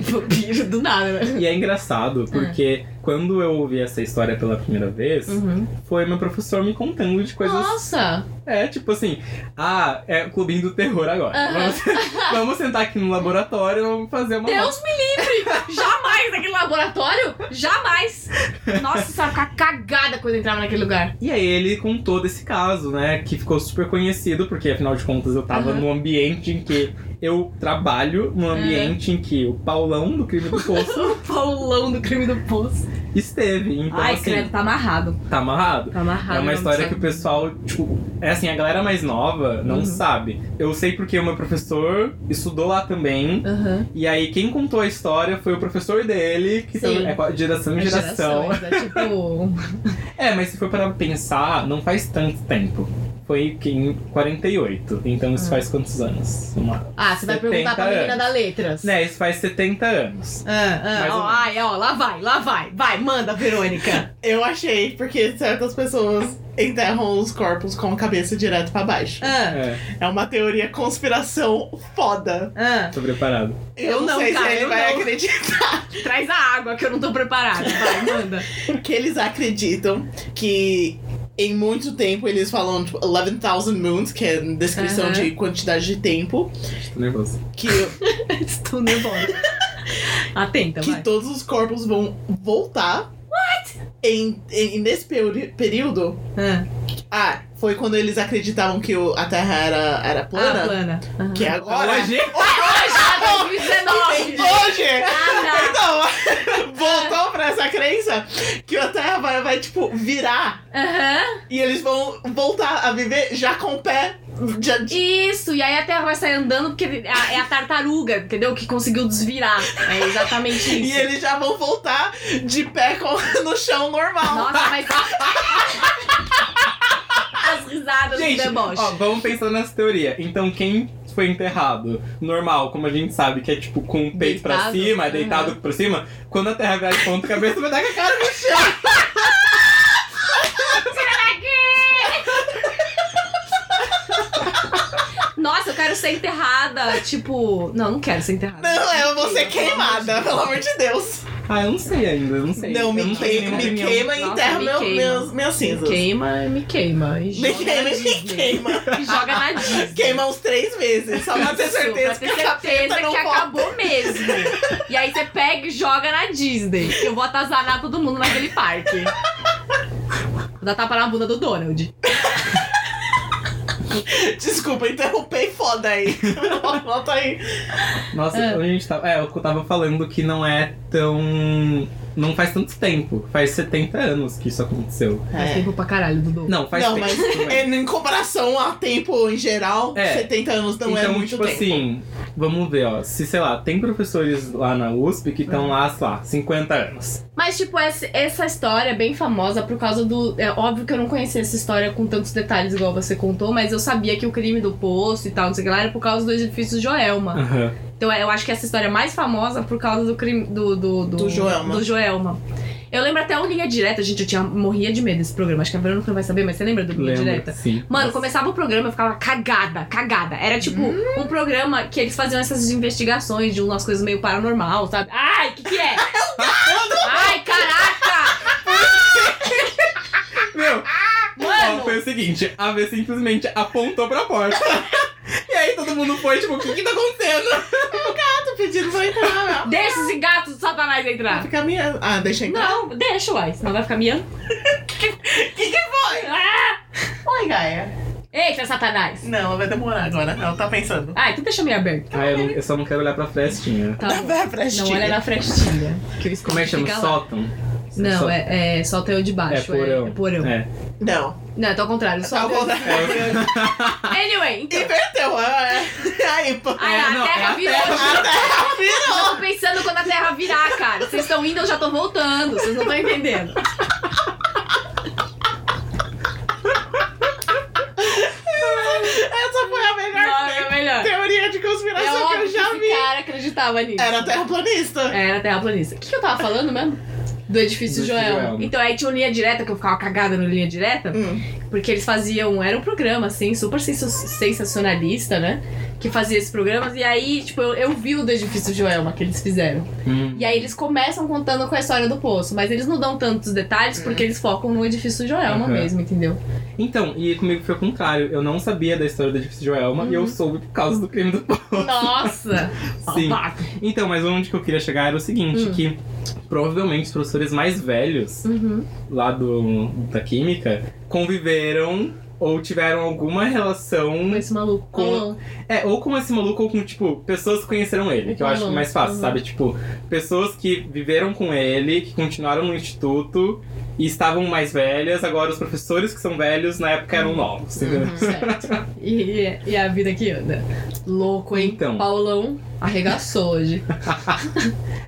B: Vampiro do nada, né?
A: E é engraçado, porque quando eu ouvi essa história pela primeira vez,
B: Uhum.
A: foi meu professor me contando de coisas.
B: Nossa!
A: É, tipo assim, ah, é o clubinho do terror agora.
B: Aham.
A: Vamos, (laughs) vamos sentar aqui no laboratório e vamos fazer uma.
B: Deus me livre!
A: (laughs)
B: Jamais naquele laboratório! Jamais! Nossa, você vai ficar cagada quando entrava naquele lugar.
A: E aí ele contou desse caso, né? Que ficou super conhecido, porque afinal de contas eu tava
B: Aham. Uhum.
A: no ambiente em que eu trabalho, num ambiente em que o Paulão do crime
B: (laughs)
A: do poço
B: O Paulão do crime do poço.
A: esteve. Então,
B: Ai,
A: assim,
B: credo, tá amarrado.
A: tá amarrado.
B: Tá amarrado.
A: É uma
B: não
A: história
B: sei.
A: que o pessoal, tipo, é assim, a galera mais nova não
B: Uhum.
A: sabe. Eu sei porque o meu professor estudou lá também.
B: Aham.
A: E aí, quem contou a história foi o professor dele, que
B: Sim.
A: também é co- geração em
B: É
A: geração.
B: gerações, É
A: (laughs)
B: tipo.
A: É, mas se for para pensar, não faz tanto tempo. Foi que em 48. Então isso
B: Ah.
A: faz quantos anos? Uma...
B: Ah, você vai perguntar pra
A: 70
B: menina
A: anos.
B: da letras.
A: Né, isso faz 70 anos.
B: Ah,
A: Mais
B: ah,
A: ou
B: ó,
A: menos.
B: ai, ó, lá vai, lá vai. Vai, manda,
A: (laughs)
B: Verônica.
C: Eu achei, porque certas pessoas enterram os corpos com a cabeça direto pra baixo.
B: Ah,
A: É,
C: É uma teoria conspiração foda.
B: ah.
A: tô preparado.
C: Eu,
B: Eu
C: não
B: não,
C: sei
B: cara,
C: se ele
B: eu
C: vai
B: não.
C: acreditar.
B: Traz a água que eu não tô preparada. Vai,
A: (laughs)
B: manda.
C: Porque eles acreditam que em muito tempo eles falam tipo, 11,000 moons, que é descrição
B: Aham.
C: de quantidade de tempo,
A: Tô nervoso.
B: (laughs)
C: que,
B: Estou nervosa. Atenta,
C: que
B: vai.
C: todos os corpos vão voltar. Em, em- nesse peri- período,
B: Ah,
C: ah, foi quando eles acreditavam que o- a Terra era, era plana.
B: ah, plana. Aham.
C: Que é agora.
A: Hoje?
B: Ah, 2019!
C: Hoje!
B: Ah,
C: Então, (laughs) voltou pra essa crença que a Terra vai, vai, tipo, virar
B: não. Aham.
C: e eles vão voltar a viver já com o pé. Já,
B: Isso, e aí a Terra vai sair andando porque é a, é a tartaruga, entendeu? Que conseguiu desvirar. É exatamente
A: (laughs)
C: e
B: isso.
C: eles já vão voltar de pé com- (laughs) no chão normal.
B: Nossa, mas. (laughs) As risadas
A: Gente,
B: do é deboche.
A: ó, vamos pensar nessa teoria. Então, quem foi enterrado, normal, como a gente sabe, que é tipo com o peito pra
B: Deitado?
A: cima,
B: Aham.
A: deitado pra cima, quando a terra virar de ponta cabeça, vai dar com a cara no chão.
B: Nossa, eu quero ser enterrada. Tipo. Não, não quero ser enterrada.
C: (laughs) Não, é, eu vou ser
B: Pelo amor de
C: queimada,
B: Deus.
C: pelo amor de Deus.
A: Ah, eu não sei ainda, eu não sei.
C: Não,
A: eu
C: me,
A: tenho
C: queima,
A: nenhuma
C: me
A: opinião.
C: queima e
B: Nossa,
C: enterra
B: me
C: meu,
B: queima.
C: meus, minhas
B: Me
C: cinzas.
B: Assim, queima, me queima. E
C: Me
B: joga
C: queima,
B: na
C: me
B: Disney.
C: queima.
B: E joga na Disney.
C: Queima uns três vezes, só pra ter
B: Isso,
C: certeza
B: pra
C: que
B: ter
C: a
B: certeza
C: capeta não
B: que
C: volta.
B: acabou mesmo. E aí você pega e joga na Disney. que Eu vou atazanar todo mundo naquele parque. Vou dar tapa na bunda do Donald.
C: (laughs) Desculpa, interrompei foda
B: (laughs)
C: aí. Volta aí.
A: Nossa,
B: Ah.
A: onde a gente tava. É, eu tava falando que não é tão. Não faz tanto tempo. Faz 70 anos que isso aconteceu.
C: É.
B: Faz tempo pra caralho do Donald.
A: Não, faz
C: Não,
A: tempo.
C: mas
B: (laughs)
A: tudo bem.
C: É, em comparação a tempo em geral,
A: É.
C: 70 anos não é
A: então,
C: muito
A: tipo
C: tempo.
A: assim, vamos ver, ó. Se, sei lá, tem professores lá na USP que estão
B: Ah.
A: lá, sei lá, 50 anos.
B: Mas, tipo, essa, essa história é bem famosa por causa do. É óbvio que eu não conhecia essa história com tantos detalhes igual você contou, mas eu sabia que o crime do poço e tal, não sei o que lá, era por causa dos edifícios Joelma.
A: Aham.
B: Então é, eu acho que essa história é mais famosa por causa do crime do do, do,
C: Do Joelma.
B: do Joelma. Eu lembro até o Linha Direta, gente, eu tinha, morria de medo desse programa. Acho que a Verônica não vai saber, mas você lembra do Linha
A: Lembro,
B: Direta?
A: Sim.
B: Mano,
A: Nossa.
B: começava o programa, eu ficava cagada, cagada. Era tipo um programa que eles faziam essas investigações de umas coisas meio paranormal, sabe? Ai, o que, que é? Ai, caraca!
A: Meu, ó,
B: Mano!
A: foi o seguinte: a V simplesmente apontou pra
B: (laughs)
A: porta. e aí todo mundo foi, tipo, o que que tá acontecendo?
C: Tô pedindo pra entrar.
B: Deixa esse gato do satanás
C: Vai
B: entrar!
C: ficar minha. Ah, deixa entrar.
B: Não, deixa, uai, senão vai ficar miando. Ah!
C: Que que foi? Oi, Gaia.
B: Eita, satanás!
C: Não, vai demorar agora. Ela tá pensando.
B: Ai, tu deixa meio aberto.
A: Ah, eu, não- eu só não quero olhar pra frestinha.
B: Tá bom.
C: Vai pra
B: Não olha na frestinha. Que eu
A: Como é que chama?
B: Fica lá.
A: Sótão?
B: Não,
A: Só-
B: é, é solta eu de baixo.
A: É porão.
B: É, porão.
A: É.
C: Não.
B: Não, é tô ao contrário.
C: Só
B: Solta
C: ao contrário.
A: É.
B: (laughs) Anyway, então.
C: Tá (laughs) Inverteu. é. (laughs) Aí, pô.
B: Ai,
A: É,
B: a
A: não, é
B: terra
A: a
B: virou.
C: A terra virou.
B: Eu tô pensando quando a terra virar, cara. Vocês estão indo, eu já tô voltando. Vocês não estão entendendo.
C: Essa foi a melhor
B: Não, é melhor.
C: teoria de
B: É
C: conspiração que
B: óbvio
C: eu
B: que
C: já
B: esse
C: vi.
B: cara acreditava nisso.
C: Era terraplanista.
B: Era terraplanista. O que, que eu tava falando mesmo? Do edifício
A: Do
B: Joel.
A: Joelma.
B: Então aí tinha o linha direta, que eu ficava cagada no linha direta.
C: Hum.
B: Porque eles faziam, era um programa, assim, super sensa- sensacionalista, né? Que fazia esses programas. E aí, tipo, eu, eu vi o do Edifício Joelma que eles fizeram.
A: Hum.
B: E aí eles começam contando com a história do poço, mas eles não dão tantos detalhes
A: É.
B: porque eles focam no Edifício Joelma
A: Uhum.
B: mesmo,
A: (laughs)
B: entendeu?
A: Então, e comigo foi o contrário. Eu não sabia da história do edifício Joelma e
B: Uhum.
A: eu soube por causa
B: (laughs)
A: do crime do povo.
B: Nossa!
A: Sim.
B: Babaca.
A: Então, mas onde que eu queria chegar era o seguinte,
B: Hum.
A: que provavelmente os professores mais velhos
B: Uhum.
A: lá do, da química conviveram ou tiveram alguma relação
B: Com esse maluco.
A: Com-
B: Colão.
A: É, ou com esse maluco, ou com, tipo, pessoas que conheceram ele, que eu acho que é mais fácil,
B: Uhum.
A: sabe? Tipo, pessoas que viveram com ele, que continuaram no instituto e estavam mais velhas, agora os professores que são velhos na época
B: Uhum.
A: eram novos, entendeu?
B: Certo. E, e a vida que anda. Louco, hein?
A: Então.
B: Paulão arregaçou hoje.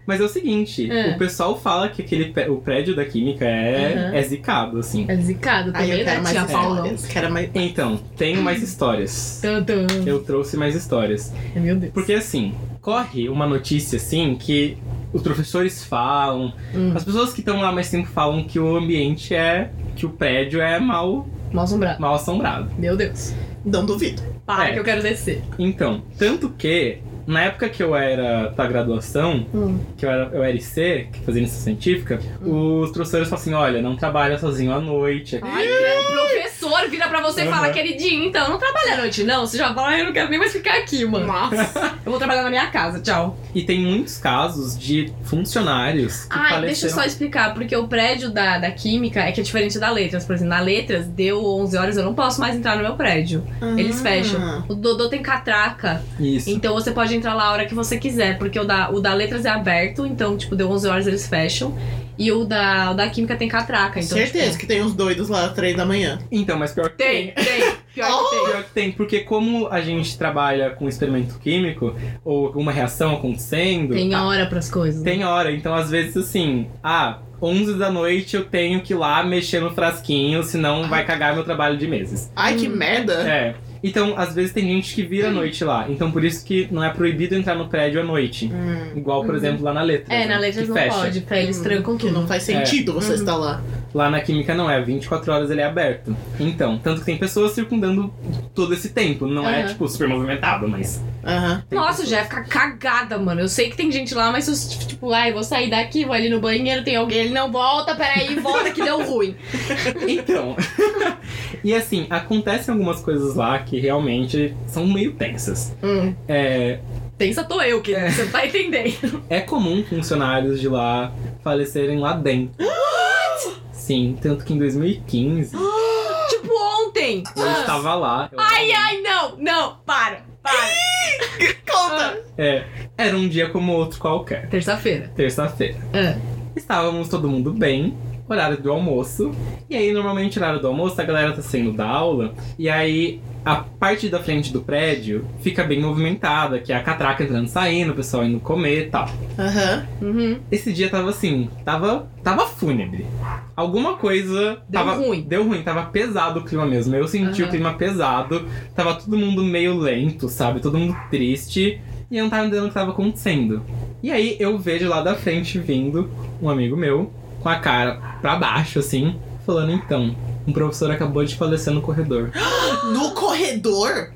A: Mas é o seguinte,
B: É.
A: o pessoal fala que aquele pé- o prédio da química é,
B: Uhum.
A: é zicado, assim.
B: É zicado
C: Aí
B: também,
C: eu quero
B: né?
C: mais
B: Tinha Paulão.
C: histórias. Quero mais...
A: Então, tenho mais histórias.
B: Tum, tum. É,
A: Eu trouxe mais histórias.
B: Meu Deus.
A: Porque assim, corre uma notícia assim que os professores falam,
B: Hum.
A: As pessoas que estão lá mais tempo falam que o ambiente é. que o prédio é mal,
B: Mal assombrado.
A: mal assombrado.
B: Meu Deus.
C: Não duvido.
B: Para
A: É.
B: que eu quero descer.
A: Então, tanto que, na época que eu era da graduação,
B: Hum.
A: que eu era, eu era IC, que fazia iniciação científica,
B: Hum.
A: os professores falam assim: olha, não trabalha sozinho à noite.
B: Ai, o professor vira pra você e fala,
A: Aham.
B: queridinho, então, não trabalha à noite, não. Você já fala, "Ai, eu não quero nem mais ficar aqui, mano.
C: Nossa.
B: Eu vou trabalhar na minha casa, tchau.
A: E tem muitos casos de funcionários que
B: Ai, deixa eu
A: faleceram.
B: só explicar, porque o prédio da, da química é que é diferente da letras. Por exemplo, na letras deu 11 horas, eu não posso mais entrar no meu prédio. Eles fecham. O Dodô tem catraca,
A: Isso.
B: então você pode entrar lá a hora que você quiser, porque o da, o da letras é aberto, então, tipo, deu 11 horas, eles fecham. E o da, o da química tem catraca, então.
C: Certeza
B: tipo,
C: que tem uns doidos lá às três da manhã.
A: Então, mas pior que Oh!
B: tem, tem. Pior que tem.
A: Pior que tem, porque como a gente trabalha com experimento químico, ou alguma reação acontecendo,
B: Tem hora pras coisas. né?
A: Tem hora, então às vezes assim, ah, 11 da noite eu
B: Hum.
A: tenho que ir lá mexer no frasquinho, senão vai cagar meu trabalho de meses.
C: Ai, que merda.
A: É. Então, às vezes tem gente que vira à noite lá. Então, por isso que não é proibido entrar no prédio à noite.
C: Hum.
A: Igual, por
B: Uhum.
A: exemplo, lá na letra.
B: É, na Letras
A: que
B: não
A: fecha.
B: pode, porque eles trancam
C: Que
B: tudo.
C: não faz
A: É.
C: sentido você
B: Uhum.
C: estar lá.
A: Lá na química não é, 24 horas ele é aberto. Então, tanto que tem pessoas circundando todo esse tempo. Não é,
B: Aham.
A: tipo, super movimentado, mas.
C: Aham.
A: tem
B: Nossa, eu
A: pessoas.
B: já ia ficar cagada, mano. Eu sei que tem gente lá, mas eu, tipo, ai, vou sair daqui, vou ali no banheiro, tem alguém, ele não volta, peraí, volta que deu ruim.
A: Então. (laughs) e assim, acontecem algumas coisas lá que realmente são meio tensas.
C: Hum.
A: É,
B: (laughs) Pensa, tô eu, que você não tá entendendo.
A: é comum funcionários de lá falecerem lá dentro. Sim, tanto que em 2015
B: (laughs) tipo, ontem.
A: eu estava lá. eu-
B: Ai, ai, não, não, para, para.
C: Conta!
A: É, era um dia como outro qualquer,
B: Terça-feira.
A: terça-feira.
B: Ah.
A: Estávamos todo mundo bem, horário do almoço. E aí, normalmente, horário do almoço, a galera tá saindo da aula. E aí, a parte da frente do prédio fica bem movimentada, que é a catraca entrando e saindo, o pessoal indo comer e tal.
B: Ah.
C: Aham.
B: Uhum.
A: Esse dia tava assim, tava, tava fúnebre. Alguma coisa
B: Deu um
A: tava
B: ruim.
A: deu ruim, tava pesado o clima mesmo. Eu senti o
B: Aham.
A: clima pesado, tava todo mundo meio lento, sabe? Todo mundo triste e eu não tava entendendo o que tava acontecendo. E aí eu vejo lá da frente vindo um amigo meu com a cara pra baixo assim, falando então, um professor acabou de falecer no corredor.
C: No corredor?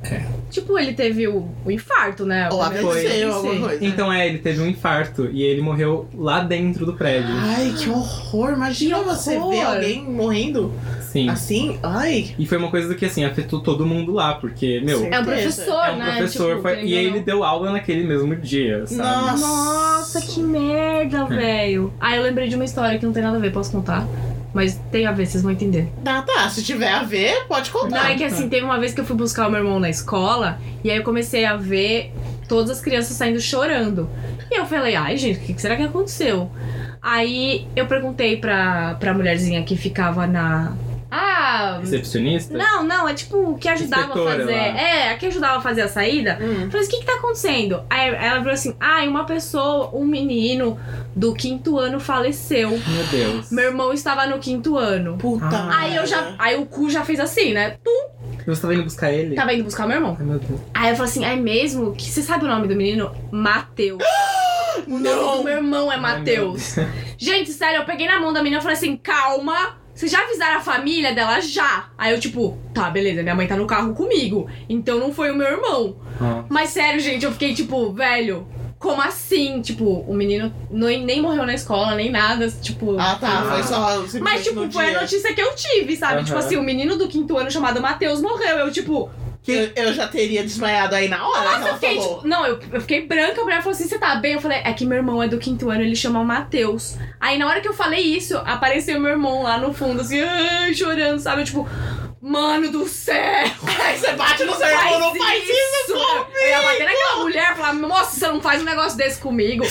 B: Tipo, ele teve o, o infarto, né?
C: Ou
B: Primeiro
A: foi.
B: que
C: aconteceu
B: eu sei.
C: alguma coisa?
A: Então é, ele teve um infarto e ele morreu lá dentro do prédio.
C: Ai, que horror! Imagina
B: Que
C: você ver
B: horror.
C: alguém morrendo
A: Sim.
B: Ah,
C: assim. Ai,
A: E foi uma coisa que assim afetou todo mundo lá, porque meu,
C: Sim.
B: É um
C: Certeza.
B: professor,
A: É um
B: né?
A: professor,
B: Tipo,
A: foi-
B: querendo
A: e
B: ou
A: ele
B: não.
A: deu aula naquele mesmo dia, sabe?
C: Nossa.
B: Nossa, que
A: É.
B: merda, velho. Ah, eu lembrei de uma história que não tem nada a ver, posso contar? Mas tem a ver, vocês vão entender.
C: tá, tá. Se tiver a ver, pode
B: Não,
C: contar.
B: é que assim, teve uma vez que eu fui buscar o meu irmão na escola e aí eu comecei a ver todas as crianças saindo chorando. E eu falei, ai gente, o que que será que aconteceu? Aí eu perguntei pra, pra mulherzinha que ficava na. Ah!
A: Recepcionista?
B: Não, não, é tipo o que ajudava a
A: Inspetora
B: fazer.
A: lá.
B: É, a que ajudava a fazer a saída. Eu
C: Hum.
B: falei, mas o que que tá acontecendo? Aí ela virou assim, ah, uma pessoa, um menino do quinto ano faleceu.
A: Meu Deus.
B: Meu irmão estava no quinto ano.
C: Puta.
A: Ah.
B: Aí eu já. Aí o cu já fez assim, né? Tu
A: Você tava indo buscar ele?
B: tava indo buscar meu irmão.
A: Ai, meu Deus.
B: Aí eu falei assim, é mesmo? Que você sabe o nome do menino? Mateus. O nome do
C: Não!
B: meu irmão é
A: Ai,
B: Mateus. Gente, sério, eu peguei na mão da menina e falei assim, calma. Vocês já avisaram a família dela já? Aí eu, tipo, tá, beleza, minha mãe tá no carro comigo. Então não foi o meu irmão.
A: Ah.
B: Mas sério, gente, eu fiquei tipo, velho, como assim? Tipo, o menino não- nem morreu na escola, nem nada, tipo.
C: Ah, tá.
A: Ah.
C: Foi só. simplesmente
B: Mas, tipo,
C: no
B: foi
C: dia.
B: a notícia que eu tive, sabe?
A: Aham.
B: Tipo assim, o menino do quinto ano chamado Matheus morreu. Eu, tipo,
C: Eu, eu já teria desmaiado aí na hora. que
B: nossa, eu
C: ela
B: fiquei,
C: falou.
B: tipo, não, eu, eu fiquei branca, a mulher falou assim: você tá bem? Eu falei, é que meu irmão é do quinto ano, ele chama Matheus. Aí na hora que eu falei isso, apareceu meu irmão lá no fundo, assim, "Ai", chorando, sabe? Eu, tipo, mano do céu!
C: Aí você bate no seu irmão, não faz isso.
B: comigo! Eu ia bater naquela mulher e falar, moça, você não faz um negócio desse comigo.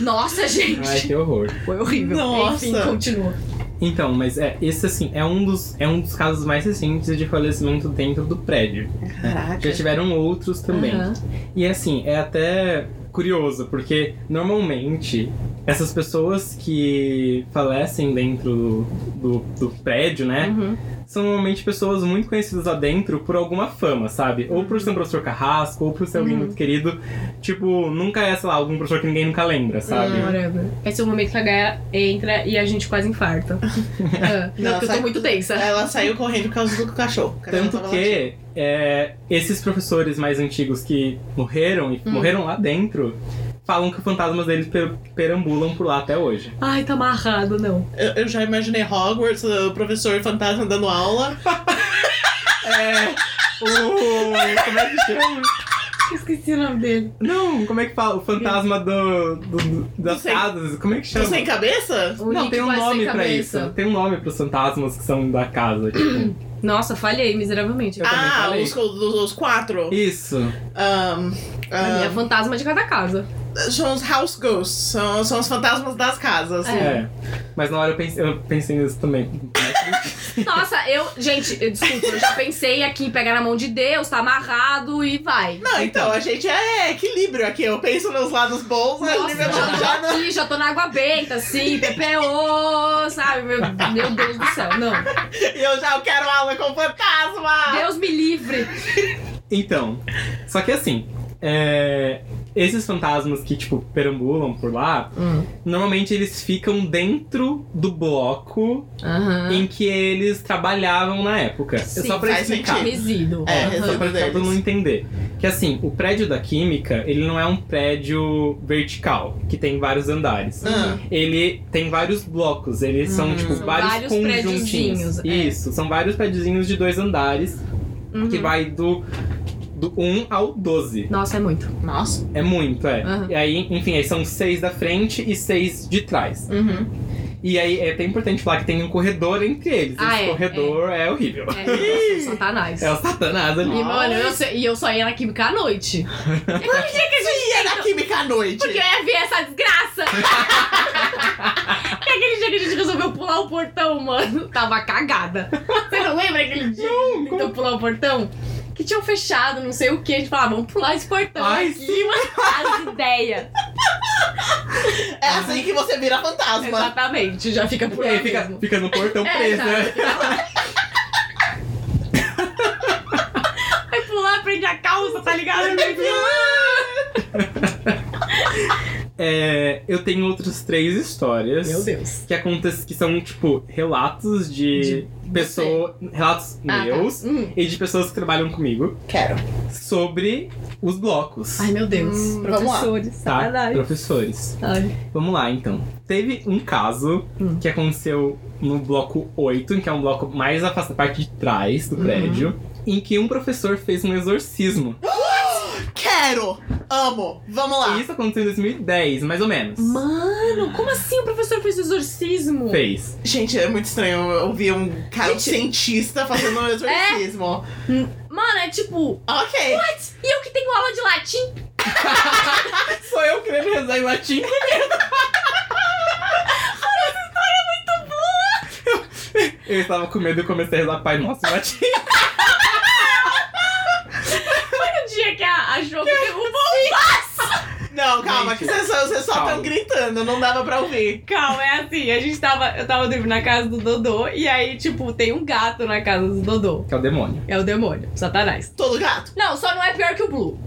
B: Nossa, gente.
A: Ai, que horror.
B: Foi horrível.
C: Nossa.
B: Enfim, continua.
A: Então, mas é, esse assim, é um dos, é um dos casos mais recentes de falecimento dentro do prédio.
C: Caraca.
A: Já tiveram outros também.
B: Aham.
A: E assim, é até curioso, porque normalmente essas pessoas que falecem dentro do, do, do prédio, né?
B: Uhum.
A: são normalmente pessoas muito conhecidas lá dentro por alguma fama, sabe? Ou por ser um professor carrasco, ou por ser alguém
B: Uhum.
A: muito querido. Tipo, nunca é, sei lá, algum professor que ninguém nunca lembra, sabe?
C: Uhum.
B: Whatever. Esse é o momento que a Gaia entra e a gente quase
A: (laughs)
B: infarta. Ah,
C: Não,
B: não, porque eu
C: sai-
B: tô muito tensa.
C: Ela saiu correndo por causa do cachorro. O cachorro
A: Tanto
C: tava
A: que é, esses professores mais antigos que morreram e
B: Hum.
A: morreram lá dentro falam que os fantasmas deles per- perambulam por lá
B: (laughs)
A: até hoje.
B: Ai, tá amarrado, não.
C: latindo. Eu, eu já imaginei Hogwarts, o professor fantasma dando aula.
A: É. O. Como é que chama?
B: Esqueci o nome dele.
A: Não, como é que fala? O fantasma do. do, do das
C: sem-
A: casas. Como é que
C: Tô
A: chama?
C: sem cabeça?
B: O
A: não,
B: Nick
A: tem um
B: vai sem
A: nome pra
B: cabeça.
A: isso. Tem um nome pros fantasmas que são da casa. Tipo.
B: Nossa, falhei miseravelmente.
A: Eu também
C: ah,
A: falei.
C: os, os, os quatro.
A: isso.
C: Ahn,
B: A minha
C: ahn,
B: é fantasma de cada casa.
C: são os house ghosts, são, são os fantasmas das casas.
B: É.
A: É. Mas na hora eu pensei, eu pensei nisso também.
B: (laughs) Nossa, eu. Gente, eu- desculpa, eu já pensei aqui em pegar na mão de Deus, tá amarrado e vai.
C: Não, então, a gente é equilíbrio aqui. Eu penso nos lados bons, mas o nível
B: já,
C: já
B: tô aqui, já tô na água benta, assim, PPO, sabe? Meu, meu Deus do céu, não.
C: Eu já quero aula com fantasma!
B: Deus me livre.
A: Então, só que assim, é, esses fantasmas que, tipo, perambulam por lá,
B: Hum.
A: normalmente eles ficam dentro do bloco
B: Aham.
A: em que eles trabalhavam na época. é
B: Sim,
A: só pra
C: faz
A: explicar.
C: sentido.
B: Resíduo.
C: É,
B: Aham.
A: Só pra
C: Sobre
A: ficar todo
C: eles.
A: mundo entender. Que assim, o prédio da química, ele não é um prédio vertical, que tem vários andares.
C: Ah,
A: Ele tem vários blocos, eles são,
C: Uhum.
A: tipo,
B: São
A: vários,
B: vários prédiozinhos,
A: conjuntinhos.
B: é.
A: Isso, são vários prédiozinhos de dois andares,
B: Uhum.
A: que vai do, do 1 ao 12.
B: Nossa, é muito.
C: nossa.
A: É muito, é.
B: Uhum.
A: E aí, enfim, aí são seis da frente e seis de trás.
B: Uhum.
A: E aí é até importante falar que tem um corredor entre eles.
B: Ah,
A: Esse
B: é,
A: corredor é, horrível.
B: É, nossa, Satanás.
A: É o Satanás ali.
B: E, mano, eu, sei- e eu só ia na química à
A: (laughs)
B: noite. E todo dia que a gente
C: E é na química à noite.
B: Porque eu ia ver essa
A: (laughs)
B: desgraça! E aquele dia que a gente resolveu pular o portão, mano, tava cagada. Você não lembra aquele dia? Não, então pular o portão? Que tinham fechado, não sei o que. A gente falava, vamos pular esse portão.
A: Ai,
B: aqui, mano.
A: (laughs)
B: As ideias.
C: É assim que você vira fantasma.
B: Exatamente, já fica por
A: E aí
B: aí.
A: É, fica,
B: mesmo.
A: fica no portão
B: (laughs) É,
A: preso,
B: sabe?
A: né?
B: Fica
A: (laughs)
B: lá. Vai pular, prende a calça, tá ligado?
A: É, eu tenho outras três histórias.
B: Meu Deus.
A: Que, aconte- que são, tipo, relatos de, pessoas. Relatos
B: Ah, tá.
A: meus
B: Hum.
A: e de pessoas que trabalham comigo
C: Quero.
A: sobre os blocos.
B: Ai, meu Deus.
C: Hum, vamos lá.
B: Professores,
A: tá?
B: sacanagem.
A: Professores.
B: Ai.
A: Vamos lá, então. Teve um caso
B: Hum.
A: que aconteceu no bloco 8, que é um bloco mais afastado, parte de trás do
B: Uhum.
A: prédio, em que um professor fez um exorcismo.
C: Quero. Amo. Vamos lá.
A: E isso aconteceu em 2010, mais ou menos.
B: Ah! Mano, como assim o professor fez exorcismo?
A: Fez.
C: Gente, é muito estranho eu ouvir um cara um
B: Gente.
C: cientista fazendo um exorcismo.
B: Mano, é tipo,
C: Ok.
B: e eu que tenho aula de latim?
A: Sou eu que devo rezar em latim. (laughs)
B: é
A: Eu estava com medo e comecei a rezar Pai Nosso em latim.
B: Foi o dia que é assim? a, a Jô derrubou o vaso!
C: Não, calma,
A: Gente,
C: que vocês só- vocês só
A: calma.
C: estão gritando, não dava pra ouvir.
B: Calma, é assim, a gente tava, eu tava dormindo na casa do Dodô, e aí, tipo, tem um gato na casa do Dodô.
A: Que é o demônio.
B: É o demônio, Satanás.
C: Todo gato.
B: Não, só não é pior que o (laughs) Blue.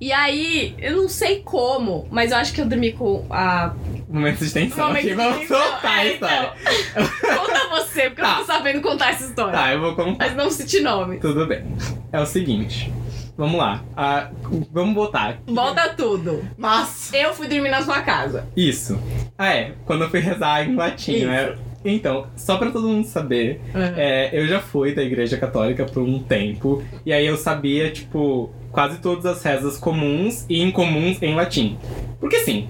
B: e aí, eu não sei como, mas eu acho que eu dormi com a.
A: Momento de tensão
B: Momento
A: aqui.
B: de
A: Vamos
B: tensão.
A: soltar a
B: É,
A: história.
B: (laughs) Conta você, porque eu
A: Tá.
B: não tô sabendo contar essa história.
A: Tá, eu vou contar.
B: Mas não cite nome.
A: Tudo bem. É o seguinte. Vamos lá. Ah, vamos botar.
B: Volta tudo.
C: Mas.
B: Eu fui dormir na sua casa.
A: Isso. Ah, é. Quando eu fui rezar em latim,
B: Isso.
A: né? Então, só pra todo mundo saber,
B: É.
A: é, eu já fui da igreja católica por um tempo. E aí eu sabia, tipo, quase todas as rezas comuns e incomuns em latim. Porque sim.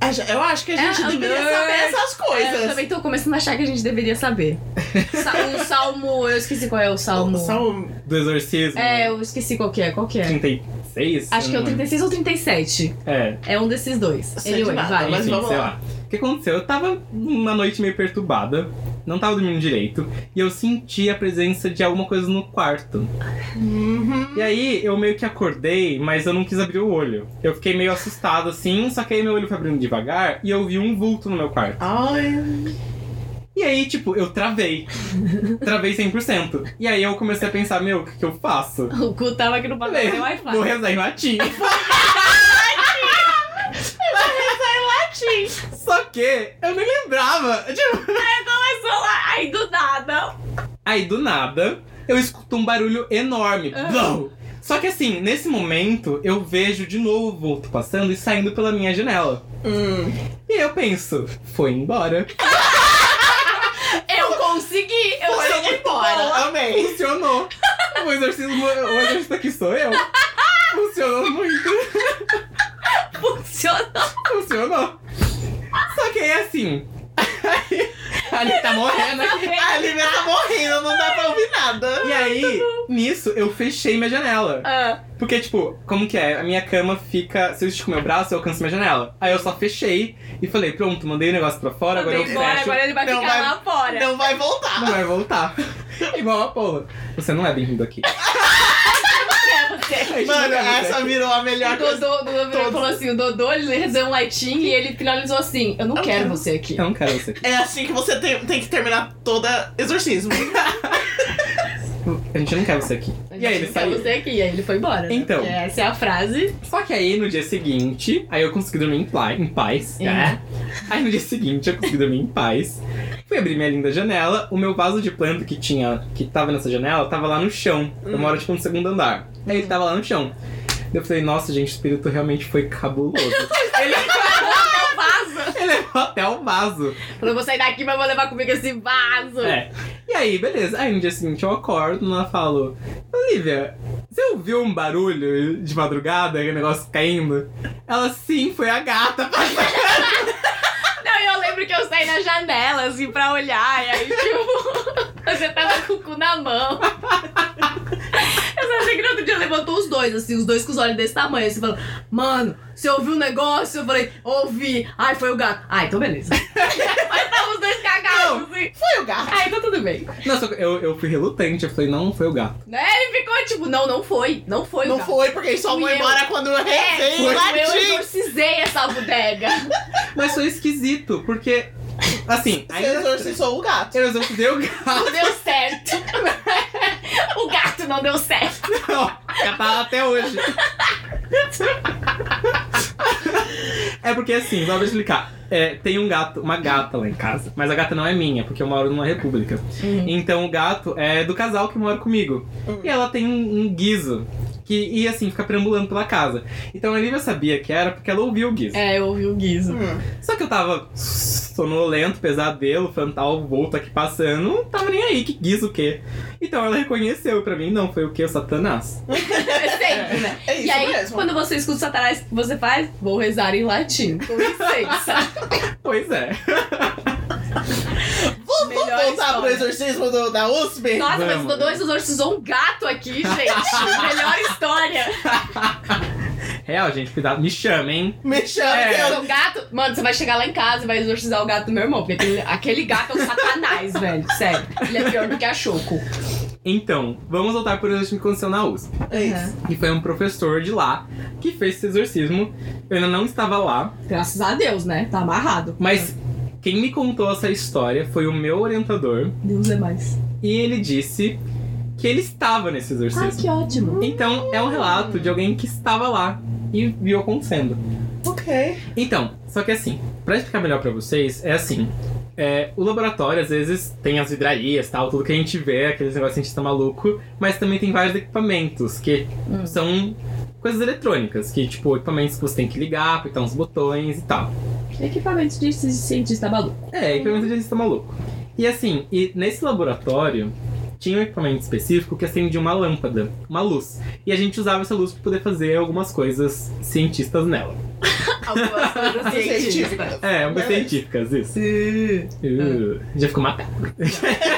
C: a gen- Eu acho que a
B: É,
C: gente
B: a
C: deveria
B: nerd.
C: saber essas
B: eu
C: coisas.
B: também tô começando a achar que a gente deveria saber. Sa- o salmo. Eu esqueci qual é o salmo.
C: São-
A: Do exorcismo.
B: É, eu esqueci qual que é, qual que é.
A: 36?
B: Acho que é
A: eu
B: o
A: não lembro.
B: 36 ou 37.
A: É.
B: É um desses dois.
C: Sei
B: Ele
C: de
B: anyway,
C: nada,
B: vai.
C: Ah, mas-
A: Enfim,
C: vamos
A: sei
C: lá.
A: lá. O que aconteceu? Eu tava numa noite meio perturbada, não tava dormindo direito, e eu senti a presença de alguma coisa no quarto.
C: Uhum.
A: E aí eu meio que acordei, mas eu não quis abrir o olho. Eu fiquei meio assustado assim, só que aí meu olho foi abrindo devagar e eu vi um vulto no meu quarto.
C: Ai.
A: E aí, tipo,
C: (laughs)
A: eu travei. travei 100%. E aí eu comecei a pensar, meu, o que, que eu faço?
B: O cu tava aqui no papel
A: Falei,
B: do Wi-Fi.
A: Vou rezar em latim. (laughs)
B: Latim.
A: Só que eu nem lembrava. Tipo,
B: Começou lá. Ai, do nada.
A: Aí do nada, eu escuto um barulho enorme.
B: Ah.
A: Blow! Só que assim, nesse momento, eu vejo de novo o vulto passando e saindo pela minha janela.
C: Hum.
A: E eu penso, foi embora.
B: Eu consegui. Eu
C: Foi
B: sou muito boa.
C: embora. Amei.
A: Funcionou. o exorcismo, o exorcista que sou eu. Funcionou muito.
B: Funcionou.
A: (laughs) Funcionou. Só que aí assim. (laughs) Ali tá morrendo aqui.
C: A Lívia tá morrendo, não dá pra ouvir nada.
A: E aí, nisso, eu fechei minha janela.
B: Ah,
A: Porque, tipo, como que é? A minha cama fica. Se eu estico meu braço, eu alcanço minha janela. Aí eu só fechei e falei, pronto, mandei o negócio pra fora, agora eu
B: mandei embora,
A: fecho.
B: agora ele vai
C: Não,
B: ficar
C: vai-
B: lá fora.
C: Não vai voltar.
A: (laughs) Não vai voltar. (laughs) Igual a Paula. Você não é bem-vindo aqui.
B: É, você.
C: Mano, essa
A: né?
C: virou a
B: O
C: melhor coisa.
B: Dodô, o Dodô virou e falou assim, o Dodô, ele rezou um latim e ele finalizou assim, eu não quero você aqui.
A: Eu não quero Então, você
B: (laughs)
A: aqui.
C: É assim que você tem, tem que terminar toda exorcismo.
A: A gente não quer você aqui.
B: A
A: E aí
B: gente
A: ele
B: quer
A: saiu.
B: você aqui, e aí ele foi embora. né?
A: Então.
B: Porque Essa é a frase.
A: Só que aí no dia seguinte, aí eu consegui dormir em, pla- em paz.
B: Uhum.
A: né? Aí no dia seguinte eu consegui dormir em paz. Fui abrir minha linda janela. O meu vaso de planta que tinha, que tava nessa janela, tava lá no chão. Eu moro tipo no segundo andar. Aí ele tava lá no chão. Eu falei, nossa, gente, o espírito realmente foi cabuloso.
B: (laughs)
A: ele
B: Vaso!
A: ele levou até o vaso.
B: Falou, vou sair daqui, mas vou levar comigo esse vaso.
A: É. E aí, beleza. Aí no dia seguinte eu acordo e ela falo: Olivia, você ouviu um barulho de madrugada, aquele negócio caindo? Ela sim, foi a gata. (laughs)
B: Não, e eu lembro que eu saí na janela, assim, pra olhar, e aí, tipo, (laughs) você tava com o cu na mão. Eu só achei que no outro dia levantou os dois, assim, os dois com os olhos desse tamanho, assim, falando, mano, você ouviu um negócio? Eu falei, ouvi. Ai, foi o gato. Ai, então beleza. Mas tava os dois cagados, assim.
C: Foi o gato.
B: Ai, então tudo bem.
A: Nossa, eu, eu fui relutante. Eu falei: Não, foi o gato.
B: Né? Ele ficou tipo, não, não foi, não foi o
C: Não
B: gato.
C: foi, porque ele só
B: Fui
C: foi
B: eu.
C: embora quando eu
B: É,
C: rezei
B: foi, eu
C: latim.
B: exorcizei essa bodega.
A: Mas foi esquisito, porque. Assim,
C: Você
A: ainda.
C: exorcizou o gato.
A: Eu exorcizei o gato.
B: Não deu certo. (laughs) o gato não deu certo.
A: Já tá lá até hoje. É porque assim, só pra explicar. É, tem um gato, uma gata lá em casa. Mas a gata não é minha, porque eu moro numa república.
B: Uhum.
A: Então o gato é do casal que mora comigo.
C: Uhum.
A: E ela tem um, um guiso. Que, e assim, fica perambulando pela casa. Então a Lívia sabia que era porque ela ouviu o guiso.
B: É, eu ouvi o guiso.
C: Hum.
A: Só que eu tava sonolento, pesadelo, "Tá, fantal, volta aqui passando. Não tava nem aí, que guiso o quê? Então ela reconheceu pra mim, não, foi o quê? O Satanás.
B: É sempre, né?
C: É isso
B: e aí,
C: mesmo.
B: quando você escuta Satanás, o que você faz? Vou rezar em latim.
C: (laughs)
B: Com licença.
A: Pois é.
C: Vamos
B: Melhor
C: voltar
B: história.
C: pro exorcismo do- da USP?
B: Nossa, mas o
A: Vamos.
B: Dodô exorcizou um gato aqui, gente.
C: (laughs)
B: Melhor história.
A: Real, gente, cuidado. Me chama, hein?
C: Me chama
A: É.
C: que eu-
B: O um gato. Mano, você vai chegar lá em casa e vai exorcizar o gato do meu irmão. Porque aquele, aquele gato é um satanás, (laughs) velho. Sério. Ele é pior do que a Choco.
A: Então, vamos voltar para o exorcismo que aconteceu na USP.
C: É isso.
A: E foi um professor de lá que fez esse exorcismo. Eu ainda não estava lá,
B: Graças a Deus, né? Tá amarrado.
A: mas quem me contou essa história foi o meu orientador.
B: Deus é mais.
A: E ele disse que ele estava nesse
B: Ah,
A: exorcismo.
B: que ótimo.
A: Então, é um relato de alguém que estava lá e viu acontecendo.
C: Ok.
A: Então, só que assim, pra explicar melhor pra vocês, é assim. é, o laboratório, às vezes, tem as vidrarias tal, tudo que a gente vê, aqueles negócios que a gente tá maluco, mas também tem vários equipamentos que
B: Hum.
A: são coisas eletrônicas, que, tipo, equipamentos que você tem que ligar, apertar uns botões e tal.
B: Equipamento de cientista maluco.
A: É, equipamento de tá maluco. E assim, e nesse laboratório tinha um equipamento específico que acendia uma lâmpada, uma luz. E a gente usava essa luz pra poder fazer algumas coisas cientistas nela.
B: Algumas coisas cientistas.
C: Científico.
A: É, algumas
C: Beleza.
A: científicas, isso.
B: Sim.
A: Uh, Já ficou matado. (laughs)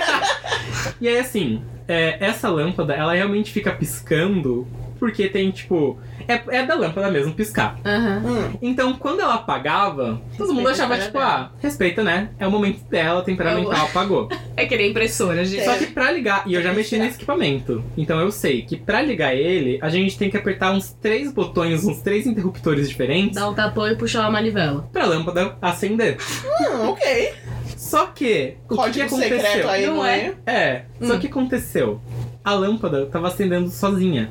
A: e aí, assim, é, essa lâmpada, ela realmente fica piscando porque tem, tipo. É, é da lâmpada mesmo piscar.
B: Aham.
C: Hum.
A: Então, quando ela apagava, todo mundo
B: Respeita
A: achava,
B: a
A: tipo,
B: cara
A: ah, respeita, né? É o momento dela, temperamental, apagou.
B: É que nem impressora, gente.
A: Só que pra ligar, e eu já mexi nesse equipamento, então eu sei que pra ligar ele, a gente tem que apertar uns três botões, uns três interruptores diferentes
B: Dá um tapão e puxar uma manivela.
A: pra lâmpada acender.
C: Hum, ok.
A: Só que, o que que
C: Código
A: aconteceu?
C: secreto aí,
B: Não
C: não,
B: é?
C: é?
A: É, só que aconteceu? A lâmpada tava acendendo sozinha.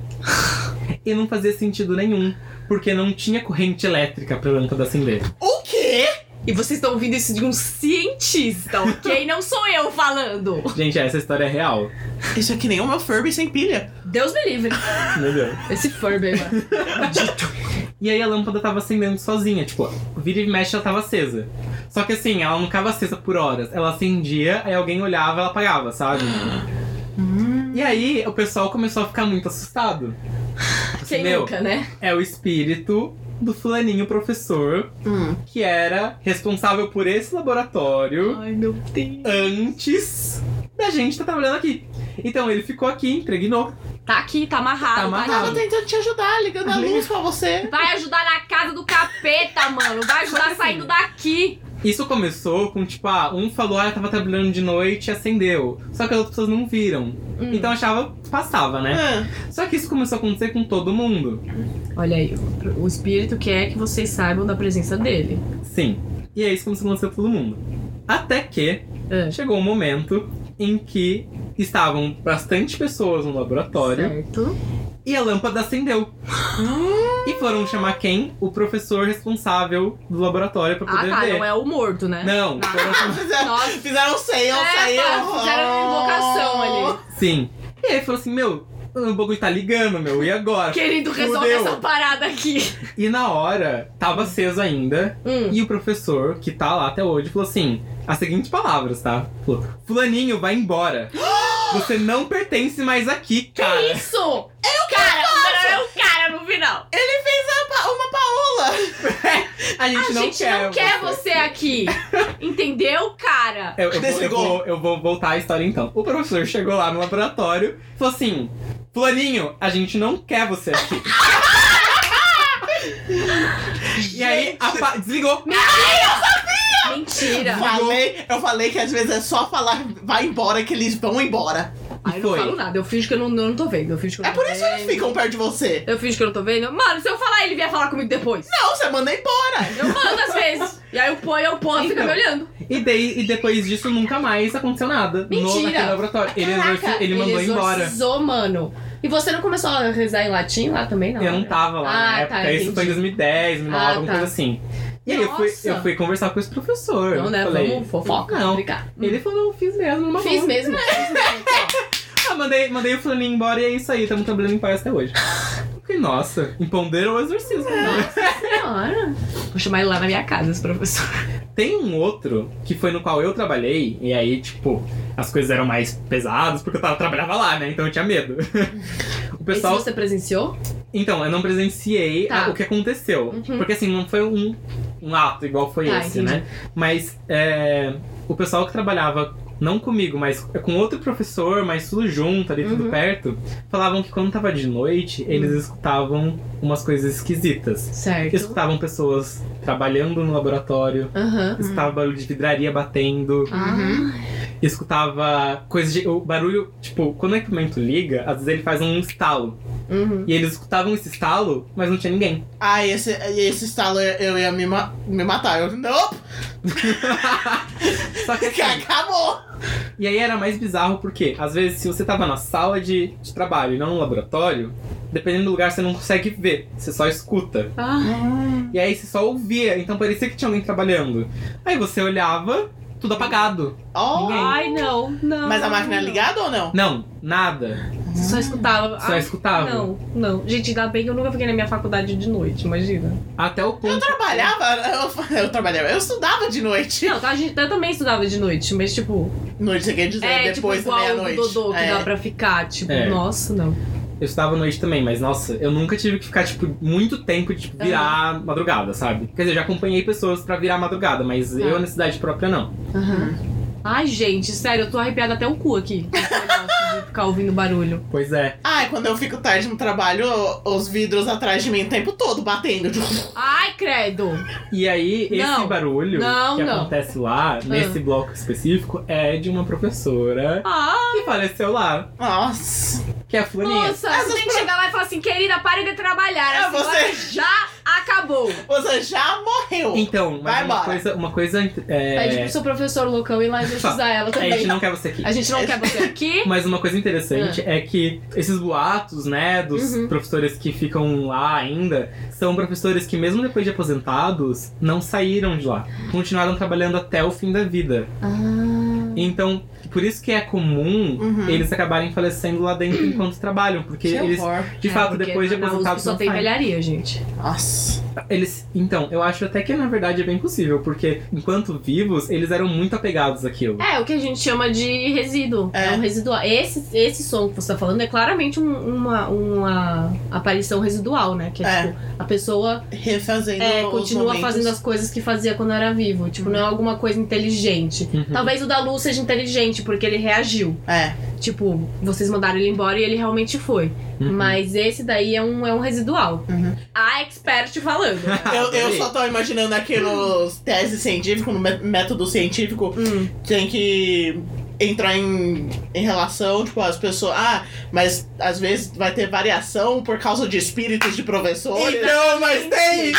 A: e não fazia sentido nenhum, porque não tinha corrente elétrica pra lâmpada acender.
C: O quê?
B: E vocês estão ouvindo isso de um cientista, (laughs) ok? Não sou eu falando.
A: Gente, essa história é real.
C: Isso é que nem o meu Furby sem pilha.
B: Deus me livre.
A: Meu Deus.
B: Esse Furby, mano.
A: E aí a lâmpada tava acendendo sozinha, tipo, vira e mexe ela tava acesa. Só que assim, ela não ficava acesa por horas. Ela acendia, aí alguém olhava, ela apagava, sabe? E aí o pessoal começou a ficar muito assustado.
B: Quem
A: Meu,
B: nunca, né?
A: é o espírito do fulaninho professor
C: Hum.
A: que era responsável por esse laboratório
B: Ai, meu Deus.
A: antes da gente estar trabalhando aqui. Então ele ficou aqui, impregnou.
B: Tá aqui, tá amarrado.
A: Tá
B: vai
A: amarrado.
C: Tava tentando te ajudar, ligando a luz pra você.
B: Vai ajudar na casa do capeta, mano. Vai
A: Só
B: ajudar
A: assim.
B: saindo daqui.
A: Isso começou com tipo, ah, um falou, ah, eu tava trabalhando de noite e acendeu. Só que as outras pessoas não viram.
B: Hum. É.
A: Então achava, passava, né?
C: Ah,
A: Só que isso começou a acontecer com todo mundo.
B: Olha aí, o- o espírito quer que vocês saibam da presença dele.
A: Sim. E é isso começou a acontecer com todo mundo. Até que
B: É.
A: chegou um momento em que estavam bastante pessoas no laboratório
B: Certo.
A: e a lâmpada
B: (gasps)
A: acendeu. E foram chamar quem? O professor responsável do laboratório pra
B: Ah,
A: poder
B: tá.
A: ver.
B: Não é o morto, né?
A: Não, foram chamar...
C: Fizeram,
B: Nossa.
C: fizeram um sei, eu
B: É,
C: sei.
B: tá, fizeram uma invocação
A: Oh.
B: ali.
A: Sim. E aí falou assim, meu, o bagulho tá ligando, meu, e agora?
B: Querido, resolve
A: Fudeu.
B: essa parada aqui.
A: E na hora, tava aceso ainda.
B: Hum.
A: E o professor, que tá lá até hoje, falou assim: as seguintes palavras, tá? Falou: Fulaninho, vai embora. Você não pertence mais aqui, cara.
B: Isso! Eu cara! Cara, é o cara no final.
C: Uma Paola.
A: A gente
B: a
A: não
B: gente
A: quer.
B: não quer você aqui. Entendeu, cara?
A: Eu, eu vou,
C: Desse
A: eu,
C: gol.
A: vou, eu vou voltar à história então. O professor chegou lá no laboratório falou assim: Fulaninho, a gente não quer
B: (laughs)
A: você aqui. e aí, a pa- desligou. É.
B: Mentira.
C: Falei, eu falei que às vezes é só falar, vai embora, que eles vão embora.
B: Aí eu não
A: foi.
B: falo nada. Eu finjo que eu não, eu não tô vendo. Eu finjo que eu
C: É
B: não tô
C: por isso que eles
B: vendo.
C: ficam perto de você.
B: Eu finjo que eu não tô vendo. Mano, se eu falar, ele vier falar comigo depois.
C: Não, você manda embora.
B: Eu mando às vezes. E aí eu ponho, eu posto, fica me
A: Então.
B: olhando.
A: E, daí, e depois disso nunca mais aconteceu nada. No,
B: Mentira.
A: naquele laboratório. Ele,
B: Caraca,
A: exorci- ele mandou embora.
B: exorcizou, mano. E você não começou a rezar em latim lá também, não?
A: Eu não tava lá na
B: Ah, tá,
A: época. Isso foi
B: entendi.
A: em 2010, 2009,
B: Ah,
A: alguma
B: tá.
A: coisa assim. E aí eu fui,
B: Nossa.
A: eu fui conversar com esse professor.
B: Não, né?
A: Falei,
B: Vamos fofoca.
A: Não.
B: explicar.
A: Ele falou, não, fiz mesmo, numa
B: Fiz
A: boa.
B: mesmo. Fiz mesmo.
A: Ah, mandei, mandei o fulaninho embora e é isso aí, tamo trabalhando em paz até hoje. Fiquei, nossa, empoderam o exorcismo.
B: É.
A: né?
B: Senhora. Vou chamar ele lá na minha casa, esse professor.
A: Tem um outro que foi no qual eu trabalhei, e aí, tipo, as coisas eram mais pesadas, porque eu tava, trabalhava lá, né? Então eu tinha medo. (laughs) o pessoal.
B: Esse você presenciou?
A: Então, eu não presenciei
B: Tá.
A: a- o que aconteceu.
B: Uhum.
A: Porque assim, não foi um, um ato igual foi
B: Tá,
A: esse,
B: entendi.
A: né? Mas é, o pessoal que trabalhava, não comigo, mas com outro professor, mas tudo junto, ali tudo
B: Uhum.
A: perto, falavam que quando tava de noite, eles escutavam umas coisas esquisitas.
B: Certo.
A: Escutavam pessoas trabalhando no laboratório,
B: Aham.
A: escutava barulho de vidraria batendo
B: Ah,
A: escutava coisas de. O barulho, tipo, quando o equipamento liga, às vezes ele faz um estalo.
B: Uhum.
A: E eles escutavam esse estalo, mas não tinha ninguém.
C: Ah, esse, esse estalo eu ia me, ma- me matar. Eu, não, (laughs)
A: Só que
C: porque
A: assim,
C: acabou.
A: E aí era mais bizarro porque, às vezes, se você tava na sala de, de trabalho e não no laboratório, dependendo do lugar você não consegue ver, você só escuta.
B: Ah,
A: E aí você só ouvia, então parecia que tinha alguém trabalhando. Aí você olhava, tudo apagado.
C: Ó,
A: Ninguém.
B: Ai, não, não.
C: mas a máquina é ligada ou não?
A: Não, nada.
B: Você só escutava.
A: Só
B: Ai,
A: escutava.
B: Ah, Não, não. Gente, ainda bem que eu nunca fiquei na minha faculdade de noite, imagina.
A: Até o ponto.
C: Eu trabalhava, eu, (laughs) eu trabalhava, eu estudava de noite.
B: Não, tá, a gente, eu também estudava de noite, mas tipo.
C: Noite, você quer dizer,
B: é, tipo,
C: depois da
B: igual o
C: meia-noite.
B: Dodô, que
C: É.
B: dá pra ficar. Tipo,
A: É.
B: nossa, não.
A: Eu estudava à noite também, mas nossa, eu nunca tive que ficar, tipo, muito tempo de tipo, virar madrugada, sabe? Quer dizer, eu já acompanhei pessoas pra virar madrugada, mas
B: Tá.
A: eu na cidade própria não.
B: Aham. Uhum. Ai, gente, sério, eu tô arrepiada até o cu aqui. Esse negócio de ficar ouvindo barulho.
A: Pois é.
C: Ai, quando eu fico tarde no trabalho, os vidros atrás de mim o tempo todo batendo. (laughs)
B: Ai, credo!
A: E aí, esse
B: Não.
A: barulho
B: Não,
A: que
B: não. Ah.
A: acontece lá, nesse bloco específico, é de uma professora
B: Ah,
A: que faleceu lá,
C: Nossa.
A: que é a Fulaninha.
B: moça, você tem que chegar lá e falar assim, querida, pare de trabalhar.
C: É,
B: A senhora já acabou.
C: Você já morreu.
A: Então, mas
C: Vai
A: uma
C: embora.
A: coisa, uma coisa
B: Pede
A: é,
B: pro seu professor loucão ir lá exorcizar
A: (laughs)
B: ela
A: a gente
B: também.
A: não É. quer você aqui.
B: A gente não quer você aqui.
A: Mas uma coisa interessante é que esses boatos, né, dos
B: Uhum.
A: professores que ficam lá ainda, são professores que, mesmo depois de aposentados, não saíram de lá. Continuaram trabalhando até o fim da vida.
B: (laughs) Ah,
A: Então, por isso que é comum
C: Uhum.
A: eles acabarem falecendo lá dentro enquanto trabalham, porque
C: Que
A: eles.
C: horror.
B: é,
A: De fato, depois de
B: aposentado
A: aposentados
B: só
A: não
B: tem
A: saem.
B: velharia, gente.
C: Nossa.
A: Eles, então, eu acho até que na verdade é bem possível, porque enquanto vivos, eles eram muito apegados àquilo.
B: É, o que a gente chama de resíduo. É,
C: É.
B: um residual. Esse, esse som que você tá falando é claramente um- uma, uma aparição residual, né? Que é,
C: É.
B: tipo, a pessoa
C: Refazendo.
B: é,
C: os
B: continua
C: momentos.
B: fazendo as coisas que fazia quando era vivo. Tipo, não é alguma coisa inteligente.
A: Uhum.
B: Talvez o da Lu seja inteligente, porque ele reagiu.
C: É.
B: Tipo, vocês mandaram ele embora e ele realmente foi.
A: Uhum.
B: Mas esse daí é um, é um residual.
C: Uhum.
B: A expert falando. né?
C: Eu, eu só tô imaginando aqui nos tese científico, no um mé- método científico,
B: (laughs) Hum.
C: tem que entrar em, em relação, tipo, as pessoas. Ah, mas às vezes vai ter variação por causa de espíritos de professores.
B: Então, mas tem! Mentira!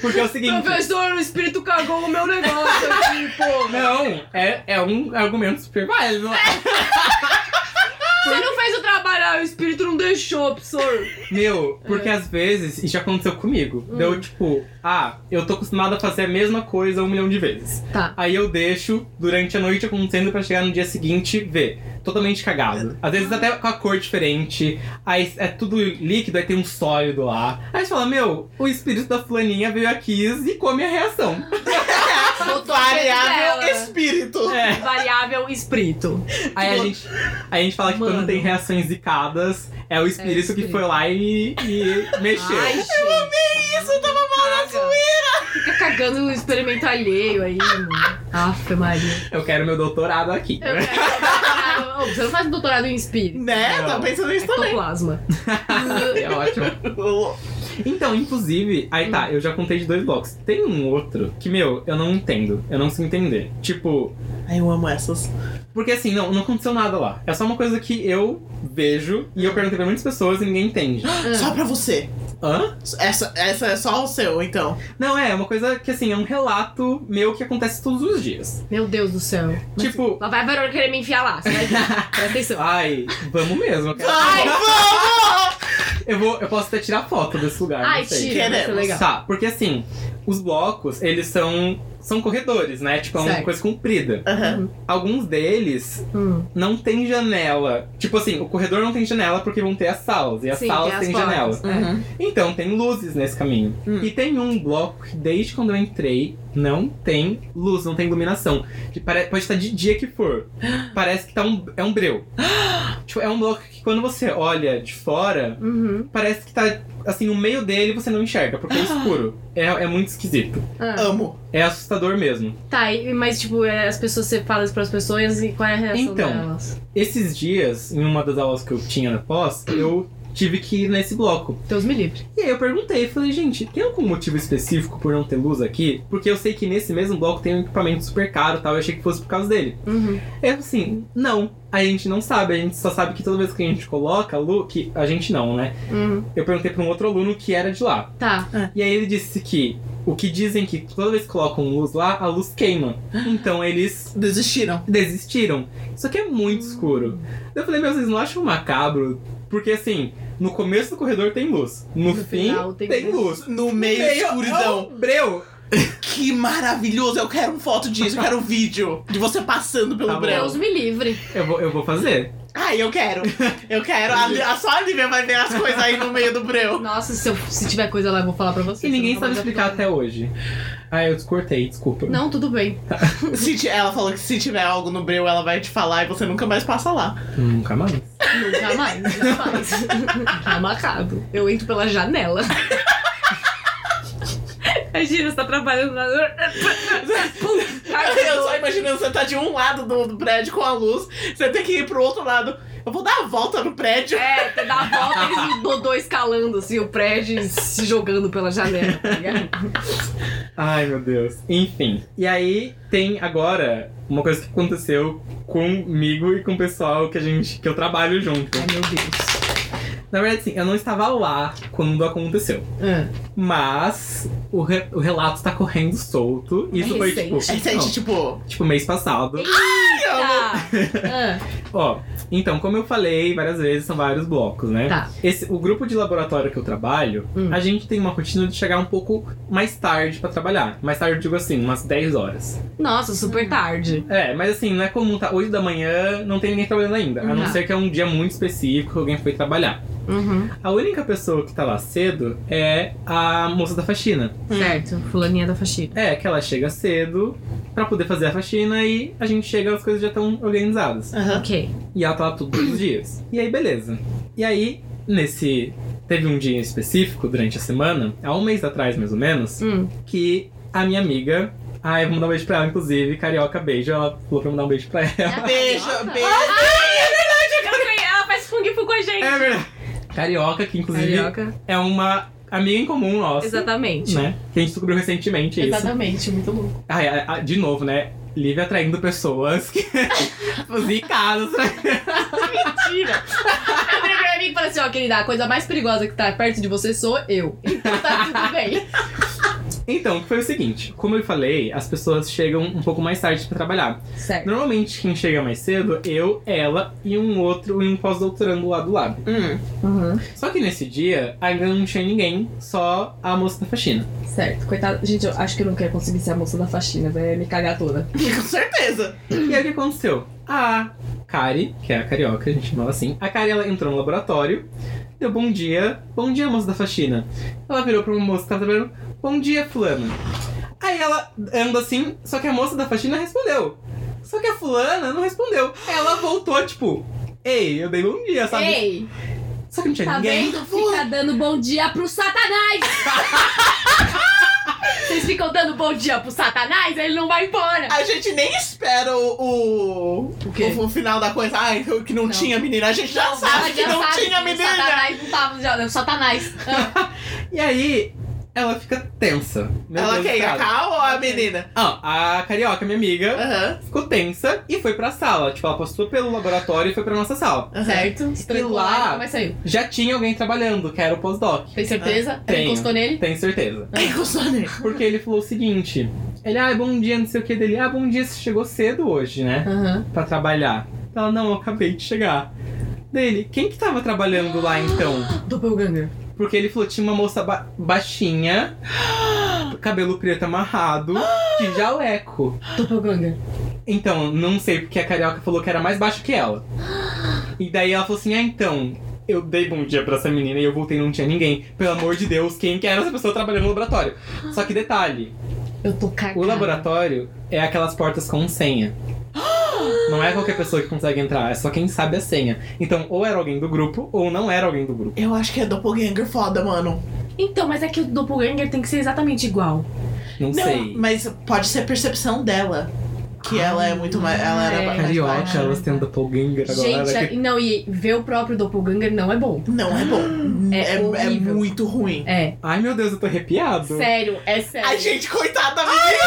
A: Porque é o seguinte.
B: Professor, o espírito cagou o meu negócio (laughs) aqui, pô.
A: Não, é, é um argumento super válido.
B: Você não fez o trabalho, ah, o espírito não deixou, absor.
A: Meu, porque às vezes, isso já aconteceu comigo. Deu tipo, ah, eu tô acostumado a fazer a mesma coisa um milhão de vezes.
B: Tá.
A: Aí eu deixo durante a noite acontecendo pra chegar no dia seguinte ver. Totalmente cagado. Às vezes até com a cor diferente. Aí é tudo líquido, aí tem um sólido lá. Aí você fala, meu, o espírito da fulaninha veio aqui e come a reação.
B: Botou a coisa
C: Variável
B: dela.
C: espírito.
A: É.
B: Variável espírito.
A: Aí a gente, aí a gente fala que
B: Mano.
A: quando tem reações zicadas, é o espírito,
B: espírito.
A: que foi lá e, e mexeu.
B: Ai, gente. Eu amei isso, eu tava mal na zoeira. Fica cagando no experimento alheio aí, mano. Aff, (laughs) Maria.
A: Eu quero meu doutorado aqui.
B: Eu quero doutorado. Ô, Você não faz um doutorado em espírito.
C: Né?
A: Não.
C: Tava pensando nisso também.
B: Ectoplasma.
A: é ótimo. Então, inclusive, aí tá, eu já contei de dois blocos. Tem um outro que, meu, eu não entendo. Eu não sei entender. Tipo,
C: Ai, eu amo essas.
A: porque assim, não, não aconteceu nada lá. É só uma coisa que eu vejo e eu perguntei pra muitas pessoas e ninguém entende.
B: Ah.
C: Só pra você.
A: Hã?
C: Essa, essa é só o seu, então.
A: Não, é, é uma coisa que assim, é um relato meu que acontece todos os dias.
B: Ah, Meu Deus do céu.
A: tipo,
B: Lá vai a Verônica querer me enfiar lá. Você vai ver. (laughs) Presta atenção.
A: ai, vamos mesmo. eu quero-
C: Ai, vamos!
A: Eu, vou, eu posso até tirar foto desse lugar.
B: Ai,
A: não sei.
B: tira, vai ser
C: Queremos.
B: legal.
A: Tá, porque assim, os blocos, eles são. São corredores, né? Tipo, é uma
B: Certo.
A: coisa comprida.
C: Aham.
A: Alguns deles
B: Hum,
A: não tem janela. Tipo assim, o corredor não tem janela porque vão ter as salas. E as
B: Sim,
A: salas
B: tem as É.
A: têm
B: portas.
A: janela.
C: Uhum.
A: Então tem luzes nesse caminho.
C: Hum.
A: E tem um bloco que desde quando eu entrei não tem luz, não tem iluminação. Que pare- Pode estar de dia
B: (gasps)
A: que for. Parece que tá um, é um breu. tipo, é um bloco que quando você olha de fora,
B: uhum.
A: parece que tá assim, o meio dele você não enxerga, porque é escuro. É, é muito esquisito.
B: Ah.
C: Amo.
A: É assustador mesmo.
B: Tá, e- mas tipo, é, as pessoas, você fala isso pras pessoas e qual é a reação
A: Então.
B: delas?
A: Esses dias, em uma das aulas que eu tinha na pós, (clears throat) eu tive que ir nesse bloco.
B: Deus me livre.
A: E aí eu perguntei, falei, gente, tem algum motivo específico por não ter luz aqui? Porque eu sei que nesse mesmo bloco tem um equipamento super caro e tal, eu achei que fosse por causa dele.
B: Uhum.
A: É assim, não, a gente não sabe, a gente só sabe que toda vez que a gente coloca luz, que a gente não, né?
B: Uhum.
A: Eu perguntei pra um outro aluno que era de lá.
B: Tá.
A: E aí ele disse que o que dizem que toda vez que colocam luz lá, a luz queima. Então eles
C: Desistiram.
A: desistiram. Isso aqui é muito
B: Hum.
A: escuro. Eu falei, meu, vocês não acham macabro? Porque assim, no começo do corredor tem luz, no,
B: No
A: fim
B: final tem
A: tem
B: luz.
A: luz. oh,
C: No meio, da escuridão.
A: Breu!
C: Que maravilhoso! Eu quero foto disso, eu quero um vídeo de você passando pelo
A: Tá bom.
C: breu.
B: Deus me livre.
A: Eu vou, eu vou fazer.
C: Ai, eu quero. Eu quero. A, Li- a- só a Lívia vai ver as coisas aí no meio do breu.
B: Nossa, se, eu- se tiver coisa lá, eu vou falar pra você.
A: E ninguém
B: Você não
A: sabe
B: vai
A: explicar
B: dar pra
A: até hoje. Ah, eu descortei, desculpa.
B: mim. Não, tudo bem.
C: Se ti- ela falou que se tiver algo no breu, ela vai te falar e você nunca mais passa lá.
A: Nunca mais.
B: Jamais, jamais. (laughs) tá macabro. Eu entro pela janela. (laughs) Imagina, você tá trabalhando na. Pum, cai.
C: Eu só imaginando você tá de um lado do, do prédio com a luz, você tem que ir pro outro lado. Eu vou dar a volta no prédio.
B: É, você dá a volta e eles dodô escalando, assim, o prédio e se jogando pela janela, tá ligado?
A: Ai, meu Deus. Enfim. E aí tem agora uma coisa que aconteceu comigo e com o pessoal que a gente que eu trabalho junto.
B: (laughs) Ai, meu Deus.
A: Na verdade, assim, eu não estava lá quando aconteceu.
B: Ah,
A: Mas o, re- o relato tá correndo solto. Isso
B: É
A: foi
B: recente.
A: tipo.
C: Aí você sente,
A: não,
C: tipo.
A: tipo, mês passado.
C: "Ah,
B: tá.
A: Ó, então, como eu falei várias vezes, são vários blocos, né?
B: Tá.
A: Esse, o grupo de laboratório que eu trabalho,
B: Hum.
A: a gente tem uma rotina de chegar um pouco mais tarde pra trabalhar. Mais tarde, eu digo assim, umas 10 horas.
B: Nossa, super tarde.
A: É, mas assim, não é comum, tá 8 da manhã, não tem ninguém trabalhando ainda. A não
B: Tá.
A: ser que é um dia muito específico, que alguém foi trabalhar.
B: Uhum.
A: A única pessoa que tá lá cedo é a moça da faxina.
B: Certo, fulaninha da faxina.
A: É, que ela chega cedo pra poder fazer a faxina e a gente chega, as coisas já estão organizadas.
C: Aham.
B: Ok.
A: E ela tava todos os dias. E aí, beleza. E aí, nesse. Teve um dia específico durante a semana, há um mês atrás mais ou menos,
B: Hum.
A: que a minha amiga. Ai, vou mandar um beijo pra ela, inclusive, carioca, beijo. Ela falou pra eu mandar um beijo pra ela.
C: Beijo, beijo.
B: Ela faz Kung Fu com a gente.
A: É verdade. Carioca, que inclusive
B: Carioca.
A: é uma amiga em comum nossa.
B: Exatamente.
A: Né? Que a gente descobriu recentemente isso.
B: Exatamente, muito louco.
A: Ai, ai, ai, de novo, né? Lívia atraindo pessoas
B: (laughs)
A: que. né? zicadas.
B: Mentira! Eu virei pra mim e falei assim, ó, querida, a coisa mais perigosa que tá perto de você sou eu. Então tá tudo bem.
A: Então, que foi o seguinte: como eu falei, as pessoas chegam um pouco mais tarde pra trabalhar.
B: Certo.
A: Normalmente, quem chega mais cedo, eu, ela e um outro e um pós-doutorando lá do lado.
C: Hum, (laughs)
B: Uhum.
A: Só que nesse dia, ainda não tinha ninguém, só a moça da faxina.
B: Certo. Coitada. Gente, eu acho que eu não quero conseguir ser a moça da faxina, vai me cagar toda.
C: com certeza.
A: E aí o que aconteceu? A Kari, que é a carioca, a gente chama ela assim, a Kari ela entrou no laboratório, deu bom dia, bom dia, moça da faxina. Ela virou pra uma moça que tava trabalhando, bom dia, fulana. Aí ela anda assim, só que a moça da faxina respondeu. Só que a fulana não respondeu. Ela voltou, tipo, ei, eu dei bom dia, sabe?
B: Ei,
A: Só que não tinha
B: tá
A: ninguém.
B: vendo? Fica dando bom dia pro satanás! (laughs) Vocês ficam dando bom dia pro satanás, ele não vai embora!
C: A gente nem espera o, o,
B: O quê?
C: o- o final da coisa. Ah, então que não,
B: Não.
C: tinha menina. A gente já
B: Ela
C: sabe que
B: já
C: não
B: sabe
C: tinha
B: que o
C: menina.
B: Satanás não tava já, é o Satanás. Ah,
A: E aí ela fica tensa. Meu
C: Ela
A: Deus do
C: quem?
A: céu.
C: A Cal ou a menina?
A: Ah, a carioca, minha amiga,
C: Aham.
A: ficou tensa e foi pra sala. Tipo, ela passou pelo laboratório e foi pra nossa sala.
C: aham.
B: certo? Estrangulou lá,
A: lá-
B: nunca mais saiu.
A: Já tinha alguém trabalhando, que era o pós-doc.
B: Tem certeza? Ele
A: tenho.
B: encostou nele?
A: Tem certeza.
C: Quem gostou dele?
A: Porque ele falou o seguinte: ele, ah, bom dia, não sei o que dele. Ah, bom dia, você chegou cedo hoje, né?
B: Aham.
A: Pra trabalhar. Ela, não, eu acabei de chegar. Dele, quem que tava trabalhando lá então?
B: Doppelganger.
A: Porque ele falou: tinha uma moça ba- baixinha, cabelo preto amarrado, de jaleco.
B: Doppelganger.
A: Então, não sei, porque a carioca falou que era mais baixo que ela. E daí ela falou assim: ah, então, eu dei bom dia pra essa menina e eu voltei e não tinha ninguém. Pelo amor de Deus, quem que era essa pessoa trabalhando no laboratório? Só que detalhe:
B: Eu tô cagada.
A: o laboratório é aquelas portas com senha. Não é qualquer pessoa que consegue entrar, é só quem sabe a senha. Então, ou era alguém do grupo, ou não era alguém do grupo.
C: Eu acho que é doppelganger foda, mano.
B: Então, mas é que o Doppelganger tem que ser exatamente igual.
A: Não, sei.
C: mas pode ser a percepção dela. Que ela é muito mais. Ela era
B: é.
C: mais
A: Carioca,
C: baixa.
A: elas têm um doppelganger agora.
B: Gente,
A: que-
B: é- não, e ver o próprio Doppelganger não é bom.
C: Não é bom.
B: É
C: (gasps) é
B: horrível.
C: muito ruim.
B: É.
A: Ai meu Deus, eu tô arrepiado.
B: Sério, é sério.
C: Ai, gente, coitada da menina.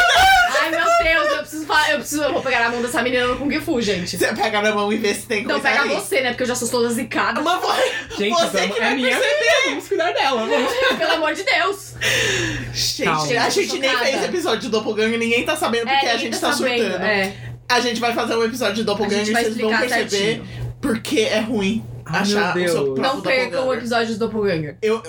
B: Ai,
C: (laughs)
B: meu Deus, eu preciso falar. Eu preciso. Eu vou pegar na mão dessa menina no Kung Fu, gente.
C: Você pega na mão e vê se tem
B: Então
C: coisa
B: pega
C: ali.
B: você, né? Porque eu já sou toda zicada.
C: Mas vai-
A: Gente,
C: Você
A: vamos,
C: que
A: é
C: vai
A: minha bebê, vamos cuidar dela. Vamos.
B: (laughs) Pelo amor de Deus.
C: É Gente,
A: Calma.
C: a gente nem
B: Chocada.
C: fez episódio de Doppelganger, ninguém tá sabendo porque
B: É,
C: a gente
B: ninguém
C: tá
B: sabendo,
C: surtando.
B: É.
C: A gente vai fazer um episódio de
B: A
C: Doppelganger
B: gente
C: e
B: vai
C: vocês vão
B: explicar
C: perceber
B: certinho.
C: porque é ruim
A: Ai,
C: achar
A: meu
C: o seu
A: Deus.
C: próprio
B: Não percam o
C: Doppelganger.
B: episódio do Doppelganger.
C: Eu,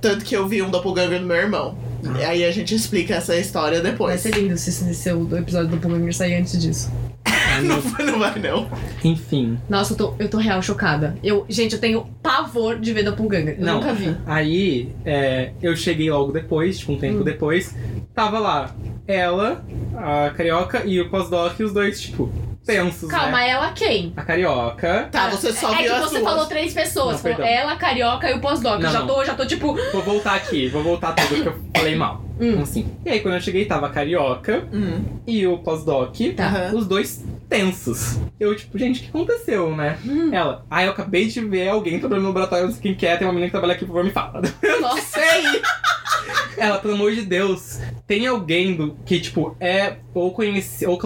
C: tanto que eu vi um Doppelganger do meu irmão. E Aí a gente explica essa história
B: Vai
C: depois.
B: ser lindo se, se, se o episódio do Doppelganger sair antes disso.
C: (laughs)
A: Ai,
C: Não,
A: meu-
C: vai- não vai, não.
A: Enfim.
B: Nossa, eu tô, eu tô real chocada. Eu, gente, eu tenho pavor de ver Doppelganger. Eu
A: Não.
C: (laughs)
B: nunca vi.
A: Aí é, eu cheguei logo depois, tipo um tempo
B: Hum.
A: depois. Tava lá ela, a carioca e o pós-doc, e os dois, tipo, tensos, né?
B: Calma, ela quem?
A: A carioca.
C: Tá, você só
B: é
C: viu
B: que
C: as
B: você
C: duas.
B: falou três pessoas.
A: Não,
B: falou
A: perdão.
B: ela, carioca e o pós-doc. Eu
A: Não,
B: já
A: não.
B: tô, já tô tipo.
A: Vou voltar aqui, vou voltar tudo que eu falei mal.
B: Hum.
A: Assim. E aí, quando eu cheguei, tava a carioca
C: Hum,
A: e o pós-doc,
B: Tá. (laughs)
C: aham.
A: os dois tensos. Eu, tipo, gente, o que aconteceu, né?
B: Hum,
A: Ela, ah, eu acabei de ver alguém trabalhando no laboratório, não sei quem que é, tem uma menina que trabalha aqui, por favor, me fala.
C: (laughs)
B: Nossa.
A: Sei! Ela, pelo amor de Deus, tem alguém do, que, tipo, é ou conhece, ou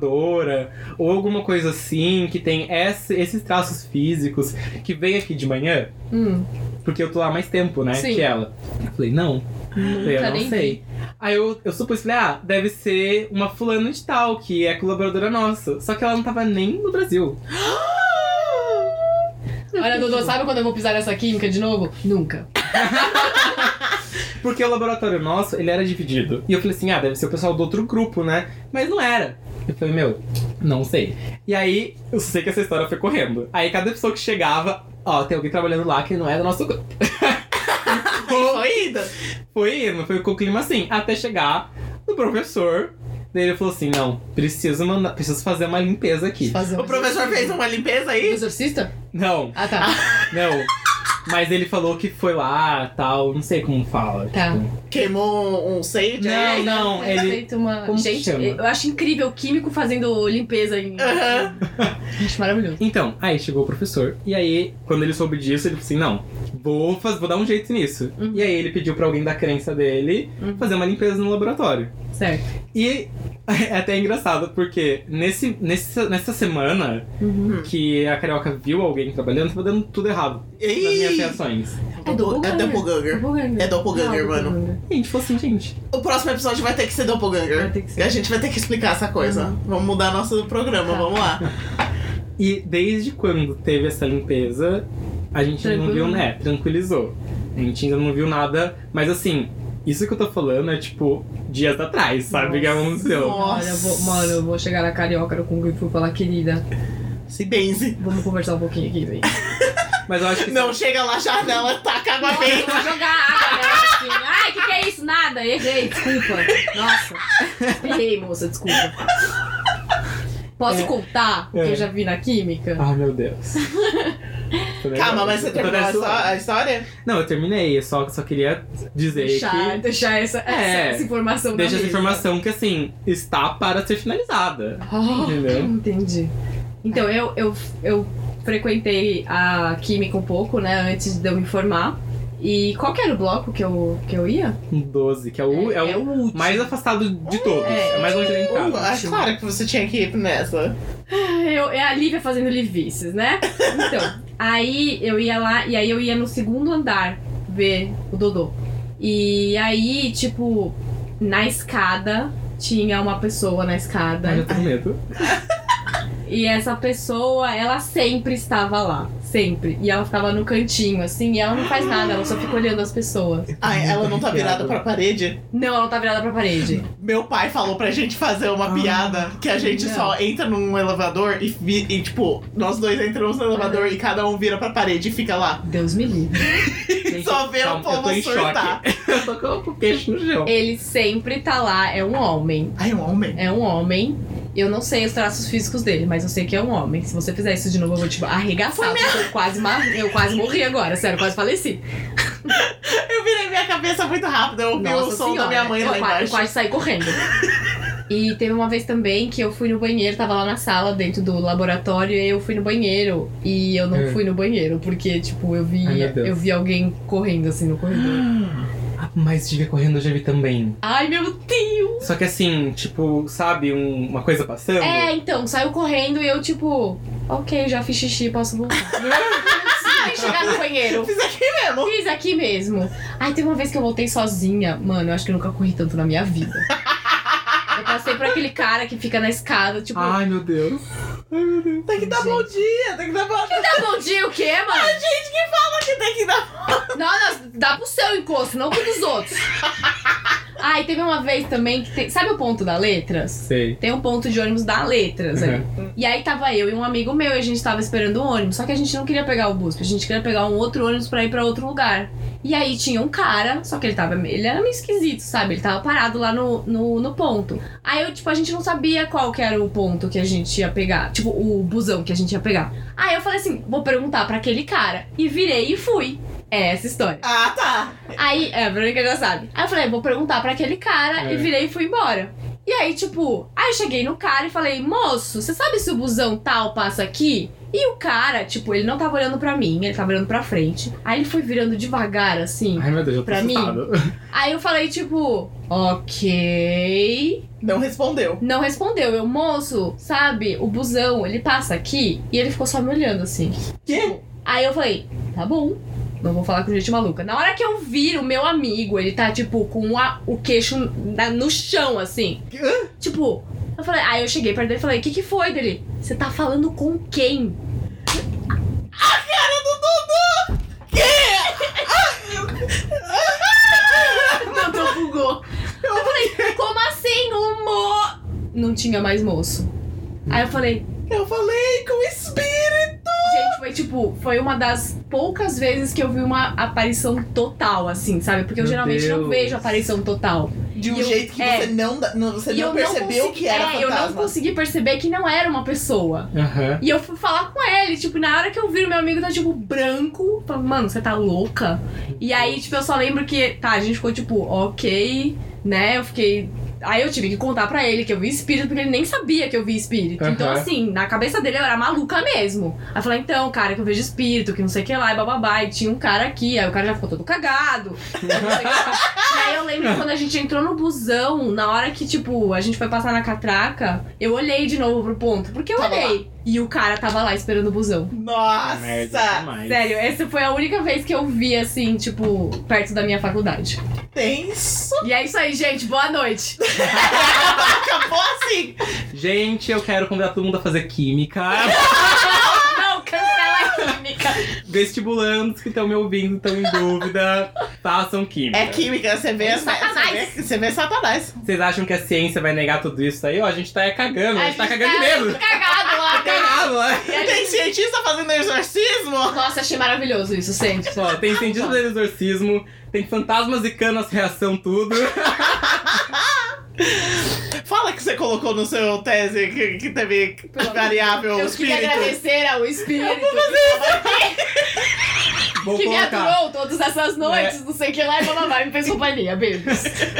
A: colaboradora, ou alguma coisa assim, que tem essa- esses traços físicos, que vem aqui de manhã?
B: Hum,
A: Porque eu tô lá mais tempo, né?
B: Sim.
A: Que ela. Eu falei, não, eu, falei,
B: nunca
A: eu não
B: nem
A: sei.
B: vi.
A: Aí eu, eu supus, falei, ah, deve ser uma fulana de tal, que é colaboradora nossa. Só que ela não tava nem no Brasil.
B: Olha, Dudu, sabe quando eu vou pisar nessa química de novo? Nunca.
A: Porque o laboratório nosso, ele era dividido. E eu falei assim, ah, deve ser o pessoal do outro grupo, né? Mas não era. Eu falei, meu, não sei. E aí, eu sei que essa história foi correndo. Aí cada pessoa que chegava, ó, tem alguém trabalhando lá que não é do nosso grupo.
B: Uhum.
C: Foi ainda.
A: Foi indo, foi com o clima assim. Até chegar no professor. Daí ele falou assim, não, preciso mandar, preciso fazer uma limpeza aqui.
B: Fazer um
C: O professor fez uma limpeza aí?
B: Exorcista?
A: Não,
B: Ah, tá.
A: não. Mas ele falou que foi lá, tal, não sei como fala.
B: Tá.
A: tipo.
C: Queimou um sage
A: Não,
C: aí?
A: não,
B: É, Ele
A: ele...
B: feito uma...
A: Como
B: Gente,
A: que chama?
B: eu acho incrível o químico fazendo limpeza em.
C: Aham.
B: (laughs) Acho maravilhoso.
A: Então, aí chegou o professor, e aí, quando ele soube disso, ele falou assim: não, vou, faz, vou dar um jeito nisso.
B: Uhum.
A: E aí ele pediu pra alguém da crença dele
B: Uhum.
A: fazer uma limpeza no laboratório.
B: Certo.
A: E (laughs) é até engraçado, porque nesse, nesse, nessa semana
C: Hum.
B: Uhum.
A: que a Carioca viu alguém trabalhando, tava dando tudo errado nas minhas
C: Ih!
A: reações.
B: É doppelganger.
C: É doppelganger.
B: Doppelganger.
C: É doppelganger,
B: Não,
C: mano.
B: doppelganger.
A: E a gente falou assim, gente,
C: O próximo episódio vai ter que ser doppelganger.
B: Vai ter que ser.
C: E a gente vai ter que explicar essa coisa. Vamos mudar nosso programa,
B: Uhum. Tá.
C: vamos lá.
A: E desde quando teve essa limpeza, a gente ainda não
B: Tranquilo,
A: viu,
B: né?
A: né? Tranquilizou. A gente ainda não viu nada, mas assim, isso que eu tô falando é tipo dias atrás, sabe? O que
B: Nossa.
A: aconteceu?
B: Olha, eu vou, mano, eu vou chegar na carioca do Kung Fu e falar, querida,
C: Se
B: (laughs)
C: benze.
B: vamos conversar um pouquinho aqui, velho.
A: Mas eu acho que.
C: Não chega lá, janela, taca água
B: Eu
C: bem.
B: vou jogar água nela assim. Ai, que que é isso? Nada, errei, desculpa. Nossa. Errei, moça, desculpa. Posso
A: É.
B: contar o que
A: É.
B: eu já vi na química?
A: Ah, meu
B: (laughs)
A: Deus. Tô
C: Calma,
A: nervosa.
C: mas você
A: Eu tô
C: terminou é
A: até
C: a, histó-
A: suando.
C: a história?
A: Não, eu terminei. Eu só, só queria dizer
B: Deixar,
A: que.
B: deixar essa,
A: É.
B: essa informação na
A: Deixa essa
B: mesa.
A: informação que assim, está para ser finalizada.
B: Ah,
A: Entendeu?
B: entendi. Então, eu, eu, eu frequentei a química um pouco, né, antes de eu me formar. E qual que era o bloco que eu, que eu ia?
A: Um 12, que é o, é, o
B: último.
A: mais afastado de todos.
B: É.
A: É, mais longe da
C: Uh,
A: entrada.
C: ah, claro que você tinha que ir nessa.
B: Eu, é a Lívia fazendo livices, né? Então, aí eu ia lá e aí eu ia no segundo andar ver o Dodô. E aí, tipo, na escada tinha uma pessoa na
A: Ai,
B: escada.
A: eu tô com medo.
B: E essa pessoa, ela sempre estava lá. Sempre. E ela ficava no cantinho, assim, e ela não faz nada, ela só fica olhando as pessoas.
C: Ai, ela não tá virada pra parede?
B: Não, ela não tá virada pra parede.
C: Meu pai falou pra gente fazer uma
A: Ah.
C: piada que a gente
B: Não.
C: só entra num elevador e, vi- e, tipo, nós dois entramos no elevador e cada um vira pra parede e fica lá.
B: Deus me livre.
A: Gente,
C: Só ver o
A: calma, eu tô
C: povo
A: em (laughs)
C: surtar.
A: choque. eu tô com o queixo no chão.
B: Ele sempre tá lá, é um homem.
C: Ai, um homem.
B: é um homem. Eu não sei os traços físicos dele, mas eu sei que é um homem. Se você fizer isso de novo, eu vou te arregaçar. porque Eu quase, ma- eu quase morri agora, sério, quase faleci.
C: Eu virei minha cabeça muito rápido, eu ouvi o
B: Nossa
C: som da
B: senhora,
C: minha mãe
B: eu,
C: lá
B: quase, eu
C: embaixo.
B: quase saí correndo. E teve uma vez também que eu fui no banheiro, tava lá na sala, dentro do laboratório, e eu fui no banheiro. E eu não
A: É.
B: fui no banheiro, porque, tipo, eu vi,
A: Ai, meu Deus.
B: eu vi alguém correndo assim no corredor.
A: Mas de ver correndo eu já vi também.
B: Ai, meu Deus!
A: Só que assim, tipo, sabe, um- uma coisa passando?
B: É, então, saiu correndo e eu, tipo, ok, já fiz xixi, posso voltar. Eu consegui chegar no banheiro.
C: Fiz aqui mesmo.
B: Fiz aqui mesmo. Ai, teve uma vez que eu voltei sozinha. Mano, eu acho que eu nunca corri tanto na minha vida. Eu passei por aquele cara que fica na escada, tipo,
C: Ah.
A: Ai, meu Deus.
C: Tem que dar bom dia, tem que dar bom dia.
B: tá bom dia o quê, mano?
C: Tem que dar.
B: Não, não, dá pro seu encosto, não pro dos outros. Ai, teve uma vez também que tem... Sabe o ponto da letras?
A: Sei.
B: Tem um ponto de ônibus da letras
A: é
B: ali. E aí tava eu e um amigo meu e a gente tava esperando o ônibus. Só que a gente não queria pegar o bus, a gente queria pegar um outro ônibus pra ir pra outro lugar. E aí tinha um cara, só que ele tava. Ele era meio esquisito, sabe? Ele tava parado lá no, no, no ponto. Aí eu, tipo, a gente não sabia qual que era o ponto que a gente ia pegar. Tipo, o busão que a gente ia pegar. Aí eu falei assim: vou perguntar pra aquele cara. E virei e fui. É essa história.
C: Ah, tá.
B: Aí, é, a Verônica já sabe. Aí eu falei, "Ah, vou perguntar pra aquele cara
A: É.
B: e virei e fui embora. E aí, tipo, aí eu cheguei no cara e falei, moço, você sabe se o busão tal passa aqui? E o cara, tipo, ele não tava olhando pra mim, ele tava olhando pra frente. Aí ele foi virando devagar, assim.
A: Ai, meu Deus, eu tô
B: Pra mim?
A: assustado.
B: Aí eu falei, tipo, ok.
C: Não respondeu.
B: Não respondeu. Eu, moço, sabe, o busão, ele passa aqui? E ele ficou só me olhando assim.
A: Quê?
B: Aí eu falei, tá bom, não vou falar com gente maluca. Na hora que eu vi o meu amigo, ele tá, tipo, com a- o queixo na- no chão, assim. Tipo, eu falei, aí eu cheguei perto dele e falei, o que que foi dele? Você tá falando com quem? (laughs) A cara do Dudu! Quê? Dudu bugou. Eu falei, como assim, o mo... Não tinha mais moço. Aí eu falei,
C: Eu falei com o espírito.
B: Gente, foi tipo, foi uma das poucas vezes que eu vi uma aparição total, assim, sabe? Porque eu
A: Meu
B: geralmente não
A: Deus.
B: vejo aparição total.
C: De um
B: E eu-
C: jeito que
B: é.
C: você não, da- não- você
B: e
C: não
B: eu
C: percebeu
B: não consegui,
C: que era
B: é, eu não
C: fantasma.
B: consegui perceber que não era uma pessoa.
A: Aham.
B: E eu fui falar com ele, tipo, na hora que eu vi o meu amigo tá tipo branco, falando, mano, você tá louca? E aí, tipo, eu só lembro que, tá, a gente ficou tipo, ok, né? Eu fiquei Aí eu tive que contar pra ele que eu vi espírito, porque ele nem sabia que eu vi espírito. Então,
A: Aham.
B: assim, na cabeça dele eu era maluca mesmo. Aí eu falei, então, cara, que eu vejo espírito, que não sei o que lá, e bababá. E tinha um cara aqui, aí o cara já ficou todo cagado. E aí eu lembro que quando a gente entrou no busão, na hora que, tipo, a gente foi passar na catraca, eu olhei de novo pro ponto, porque eu
C: Tava
B: olhei. E o cara tava lá esperando o busão.
C: Nossa!
A: demais.
B: Sério, essa foi a única vez que eu vi, assim, tipo, perto da minha faculdade.
C: Tenso!
B: E é isso aí, gente. Boa noite.
C: (laughs) Acabou assim!
A: Gente, eu quero convidar todo mundo a fazer (laughs) química.
B: Não, cancela a química.
A: Vestibulandos que estão me ouvindo, estão em dúvida, façam química.
C: É química, você vê,
B: É
C: essa- você
B: Satanás.
C: vê, você vê Satanás.
A: Vocês acham que a ciência vai negar tudo isso aí? Ó, a gente tá é cagando, a gente, tá cagando de medo.
B: Cagado
A: Tá
B: lá.
A: cagado, né?
B: E a
C: Tem
B: gente...
C: cientista fazendo exorcismo?
B: Nossa, achei maravilhoso isso, sempre.
A: Ó, tem cientista do exorcismo, tem fantasmas e canas reação, tudo.
C: Fala que você colocou no seu tese que, que teve variável
B: Eu queria
C: espírito.
B: agradecer ao espírito (laughs)
A: Vou
B: que me
A: colocar. É.
B: aturou todas essas noites, não sei o que lá, e bababá, me fez companhia, beijos.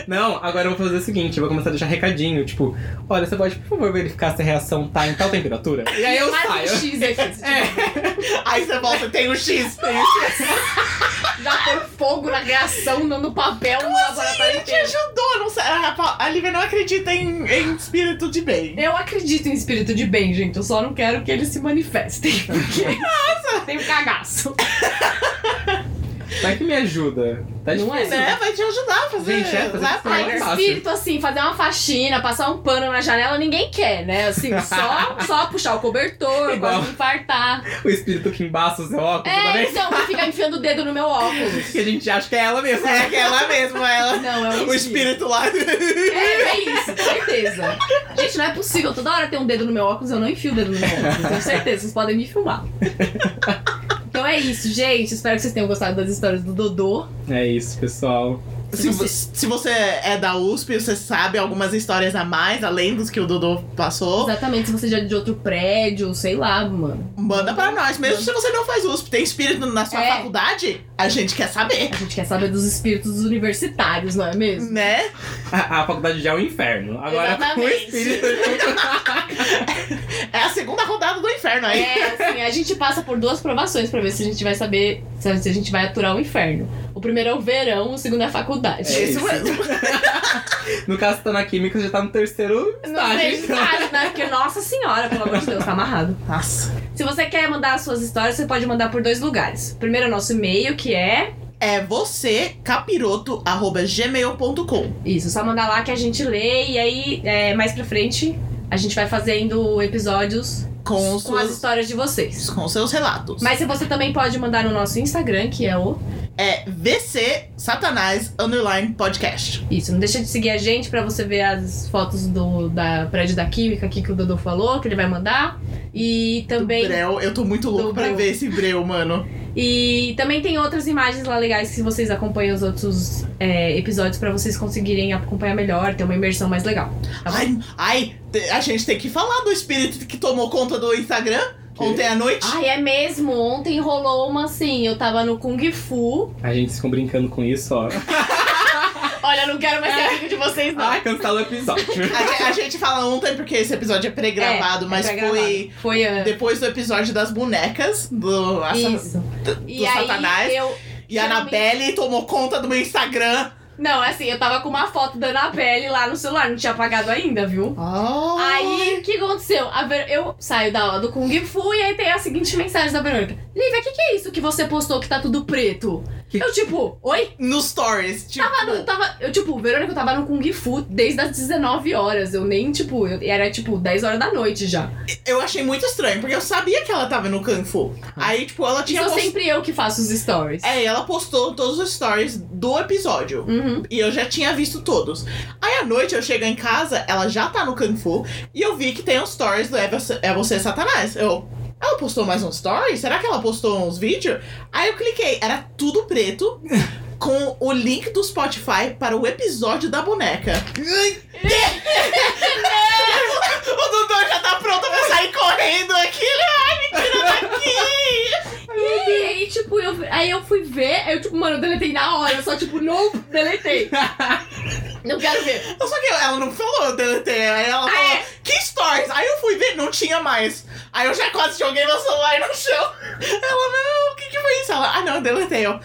A: Não, agora eu vou fazer o seguinte, eu vou começar a deixar recadinho, tipo, olha, você pode, por favor, verificar se a reação tá em tal temperatura? E aí eu
B: Marca um
A: saio.
B: X
A: (laughs)
B: aqui, se
A: É.
C: Aí você volta e tem o X.
B: tiver. já põe fogo na reação, no, no papel, no
A: assim,
B: laboratório
C: Ele te
B: inteiro.
C: ajudou, não sei. A, Rafa- a Lívia não acredita em, em espírito de bem.
B: Eu acredito em espírito de bem, gente. Eu só não quero que eles se manifestem.
A: (laughs)
B: Porque tem um cagaço.
A: Vai que me ajuda. Tá
B: Não é?
A: difícil.
C: Né? Vai te ajudar a fazer.
A: Gente, é, fazer
C: vai
A: isso
C: pra-
A: é
B: Ai,
A: mais fácil.
B: espírito, assim, fazer uma faxina, passar um pano na janela, ninguém quer, né? Assim,
A: (laughs)
B: só, só puxar o cobertor,
A: Igual.
B: quase me infartar.
A: O espírito que embaça o seu óculos, tá
B: É,
A: vendo?
B: então, que fica enfiando o dedo no meu óculos.
A: Que a gente acha que é ela mesma.
C: É que ela mesma, ela.
B: Não, é
C: O espírito lá.
B: É, é isso, com certeza. Gente, não é possível. Toda hora tem um dedo no meu óculos, eu não enfio o dedo no meu óculos. Tenho certeza, vocês podem me filmar. Então é isso, gente. Espero que vocês tenham gostado das histórias do Dodô.
A: É isso, pessoal.
C: Se, vo- se você é da USP, você sabe algumas histórias a mais, além dos que o Dodô passou,
B: Exatamente, se você já é de outro prédio, sei lá, mano.
C: manda pra nós. Mesmo se você não faz USP, tem espírito na sua
B: É.
C: faculdade, a gente quer saber,
B: A gente quer saber dos espíritos dos universitários, não é mesmo?
C: né?
A: A, a faculdade já é o inferno. Agora com o
B: Exatamente.
A: espírito.
C: É a segunda rodada do inferno aí.
B: É, assim, a gente passa por duas provações pra ver se a gente vai saber, se a se a gente vai aturar o inferno. O primeiro é o verão, o segundo é a faculdade.
A: É
C: isso
A: isso.
C: mesmo.
A: No caso, tá na química, já tá no terceiro
B: Não
A: estágio.
B: tem
A: então.
B: nada, né? Porque, nossa senhora, pelo amor de Deus, tá amarrado.
C: Nossa.
B: Se você quer mandar as suas histórias, você pode mandar por dois lugares. Primeiro é o nosso e-mail, que é.
C: É você, capiroto.gmail.com.
B: Isso, só mandar lá que a gente lê e aí é, mais pra frente a gente vai fazendo episódios
C: Com,
B: com as
C: suas,
B: histórias de vocês.
C: com seus relatos.
B: Mas se você também pode mandar no nosso Instagram, que é o.
C: É VC Satanás Underline Podcast.
B: Isso, não deixa de seguir a gente pra você ver as fotos do da prédio da Química aqui que o Dodô falou, que ele vai mandar. E também.
C: Do Breu, eu tô muito louco
B: Do
C: pra
B: Breu.
C: ver esse Breu, mano.
B: E também tem outras imagens lá legais se vocês acompanham os outros é, episódios pra vocês conseguirem acompanhar melhor, ter uma imersão mais legal. Tá bom.
C: Ai, ai, te- a gente tem que falar do espírito que tomou conta do Instagram
A: Que?
C: ontem à noite.
B: Ai, é mesmo. Ontem rolou uma assim. Eu tava no Kung Fu.
A: A gente ficou brincando com isso, ó.
B: Olha, eu não quero mais ser
C: É.
B: amigo de vocês, não.
A: Ai, cancela o episódio.
C: A, ge- a gente fala ontem porque esse episódio é pré-gravado,
B: É,
C: mas
B: é
C: foi
B: pré-gravado. Foi a.
C: depois do episódio das bonecas do assa-
B: Isso.
C: do
B: E aí
C: Satanás.
B: eu.
C: e a Anabelle tomou conta do meu Instagram.
B: Não, assim, eu tava com uma foto da Anabelle lá no celular, não tinha apagado ainda, viu? Oh. Aí, o que aconteceu? A Ver- Eu saio da aula do Kung Fu e aí tem a seguinte mensagem da Verônica. Lívia, o que, que é isso que você postou que tá tudo preto?
A: Que-
B: Eu, tipo, oi?
C: nos stories, tipo,
B: Mano, eu tava. Eu, tipo, Verônica, eu tava no Kung Fu desde as 19 horas. Eu nem, tipo, eu- era tipo 10 horas da noite já.
C: eu achei muito estranho, porque eu sabia que ela tava no Kung Fu. Aí, tipo, ela tinha
B: Ah. Isso
C: post-
B: sempre eu que faço os stories.
C: É, ela postou todos os stories do episódio.
B: Uhum.
C: E eu já tinha visto todos. Aí à noite eu chego em casa, ela já tá no Kung Fu, e eu vi que tem os stories do É Você, é Você, Satanás. Eu. Ela postou mais um story? Será que ela postou uns vídeos? Aí eu cliquei, era tudo preto, com o link do Spotify para o episódio da boneca. (laughs) o Dudu já tá pronto pra sair correndo aqui. Ele, ai, me tira daqui!
B: E aí, tipo, (laughs) eu, aí eu fui ver, aí eu, tipo, mano, eu deletei na hora, eu só, tipo, não deletei. Não quero ver.
C: Só que ela não falou, eu deletei. né? Aí ela
B: Ah,
C: falou,
B: é?
C: que stories? Aí eu fui ver, não tinha mais. Aí eu já quase joguei meu celular no chão. (laughs) Ela, não, o que que foi isso? Ela, ah, não, eu deletei. Eu,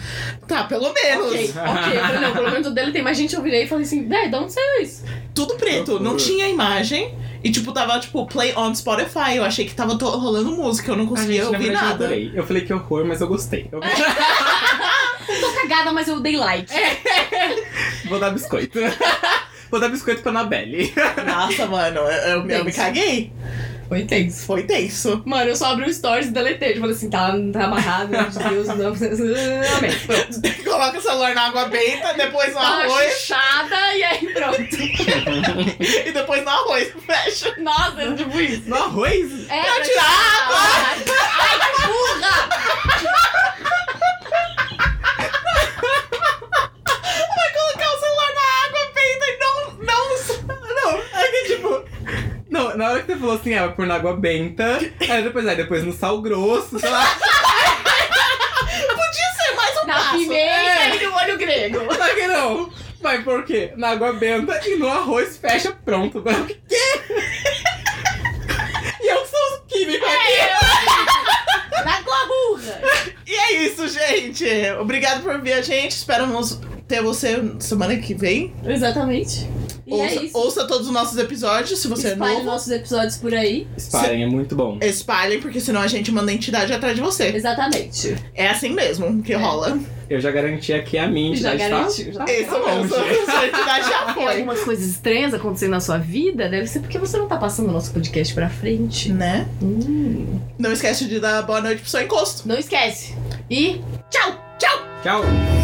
C: tá, pelo menos.
B: Ok, ok. Eu falei, não, pelo menos o dele tem mais gente. Eu virei e falei assim, velho, de onde saiu isso?
C: Tudo preto, não
A: Loucura.
C: tinha imagem. E, tipo, tava, tipo, play on Spotify. Eu achei que tava to- rolando música, eu não
A: A
C: conseguia
A: gente, na
C: ouvir
A: verdade, eu
C: nada.
A: adorei. Eu falei que horror, mas eu gostei. Eu vou-
B: Tô cagada, mas eu dei like.
A: (laughs) vou dar biscoito. (laughs) vou dar biscoito pra Anabelle. (laughs)
C: Nossa, mano, eu, eu, eu me
B: Tenso.
C: caguei.
B: Foi tenso.
C: Foi tenso.
B: Mano, eu só abri o stories e deletei. Eu falei assim, tá, tá amarrado, meu Deus, não. (laughs) Amém. Pronto.
C: (laughs) Coloca o celular na água benta, depois no
B: Tá
C: arroz
B: chuchada e aí pronto.
C: e depois no arroz. (laughs) Fecha.
B: Nossa, tipo isso.
A: No arroz?
B: É,
C: Pra
B: pra
C: tirar a Tá água.
B: Ai, que burra!
C: Vai colocar o celular na água benta e não. Não. Não. É que tipo. (laughs)
A: Não, na hora que você falou assim, ah, por na água benta. Aí depois, aí depois no sal grosso, sei lá. (laughs)
C: Podia ser mais um
B: Na
C: passo.
B: pimenta
C: É.
B: e no olho grego.
A: Só que não. Mas por quê? Na água benta e no arroz fecha, pronto. (laughs) O quê? E eu que sou os químicos
B: É.
A: aqui.
B: Na tua burra!
C: E é isso, gente. Obrigado por ver a gente. Esperamos ter você semana que vem.
B: Exatamente. E
C: ouça,
B: é isso.
C: ouça todos os nossos episódios, se você é
B: Espalhe
C: novo.
B: nossos episódios por aí.
A: Esparem, é muito bom.
C: Espalhem, porque senão a gente manda entidade atrás de você.
B: Exatamente.
C: É assim mesmo que rola.
A: Eu já garanti aqui a minha
B: Já
A: entidade,
B: garantiu. Já tá
C: Isso mesmo. (laughs)
B: (laughs)
A: Onde?
C: Sua entidade já
B: Tem
C: foi.
B: algumas coisas estranhas acontecendo na sua vida, deve ser porque você não tá passando o nosso podcast pra frente.
C: Né?
B: Hum.
C: Não esquece de dar boa noite pro seu encosto.
B: Não esquece. E
C: Tchau! Tchau!
A: Tchau.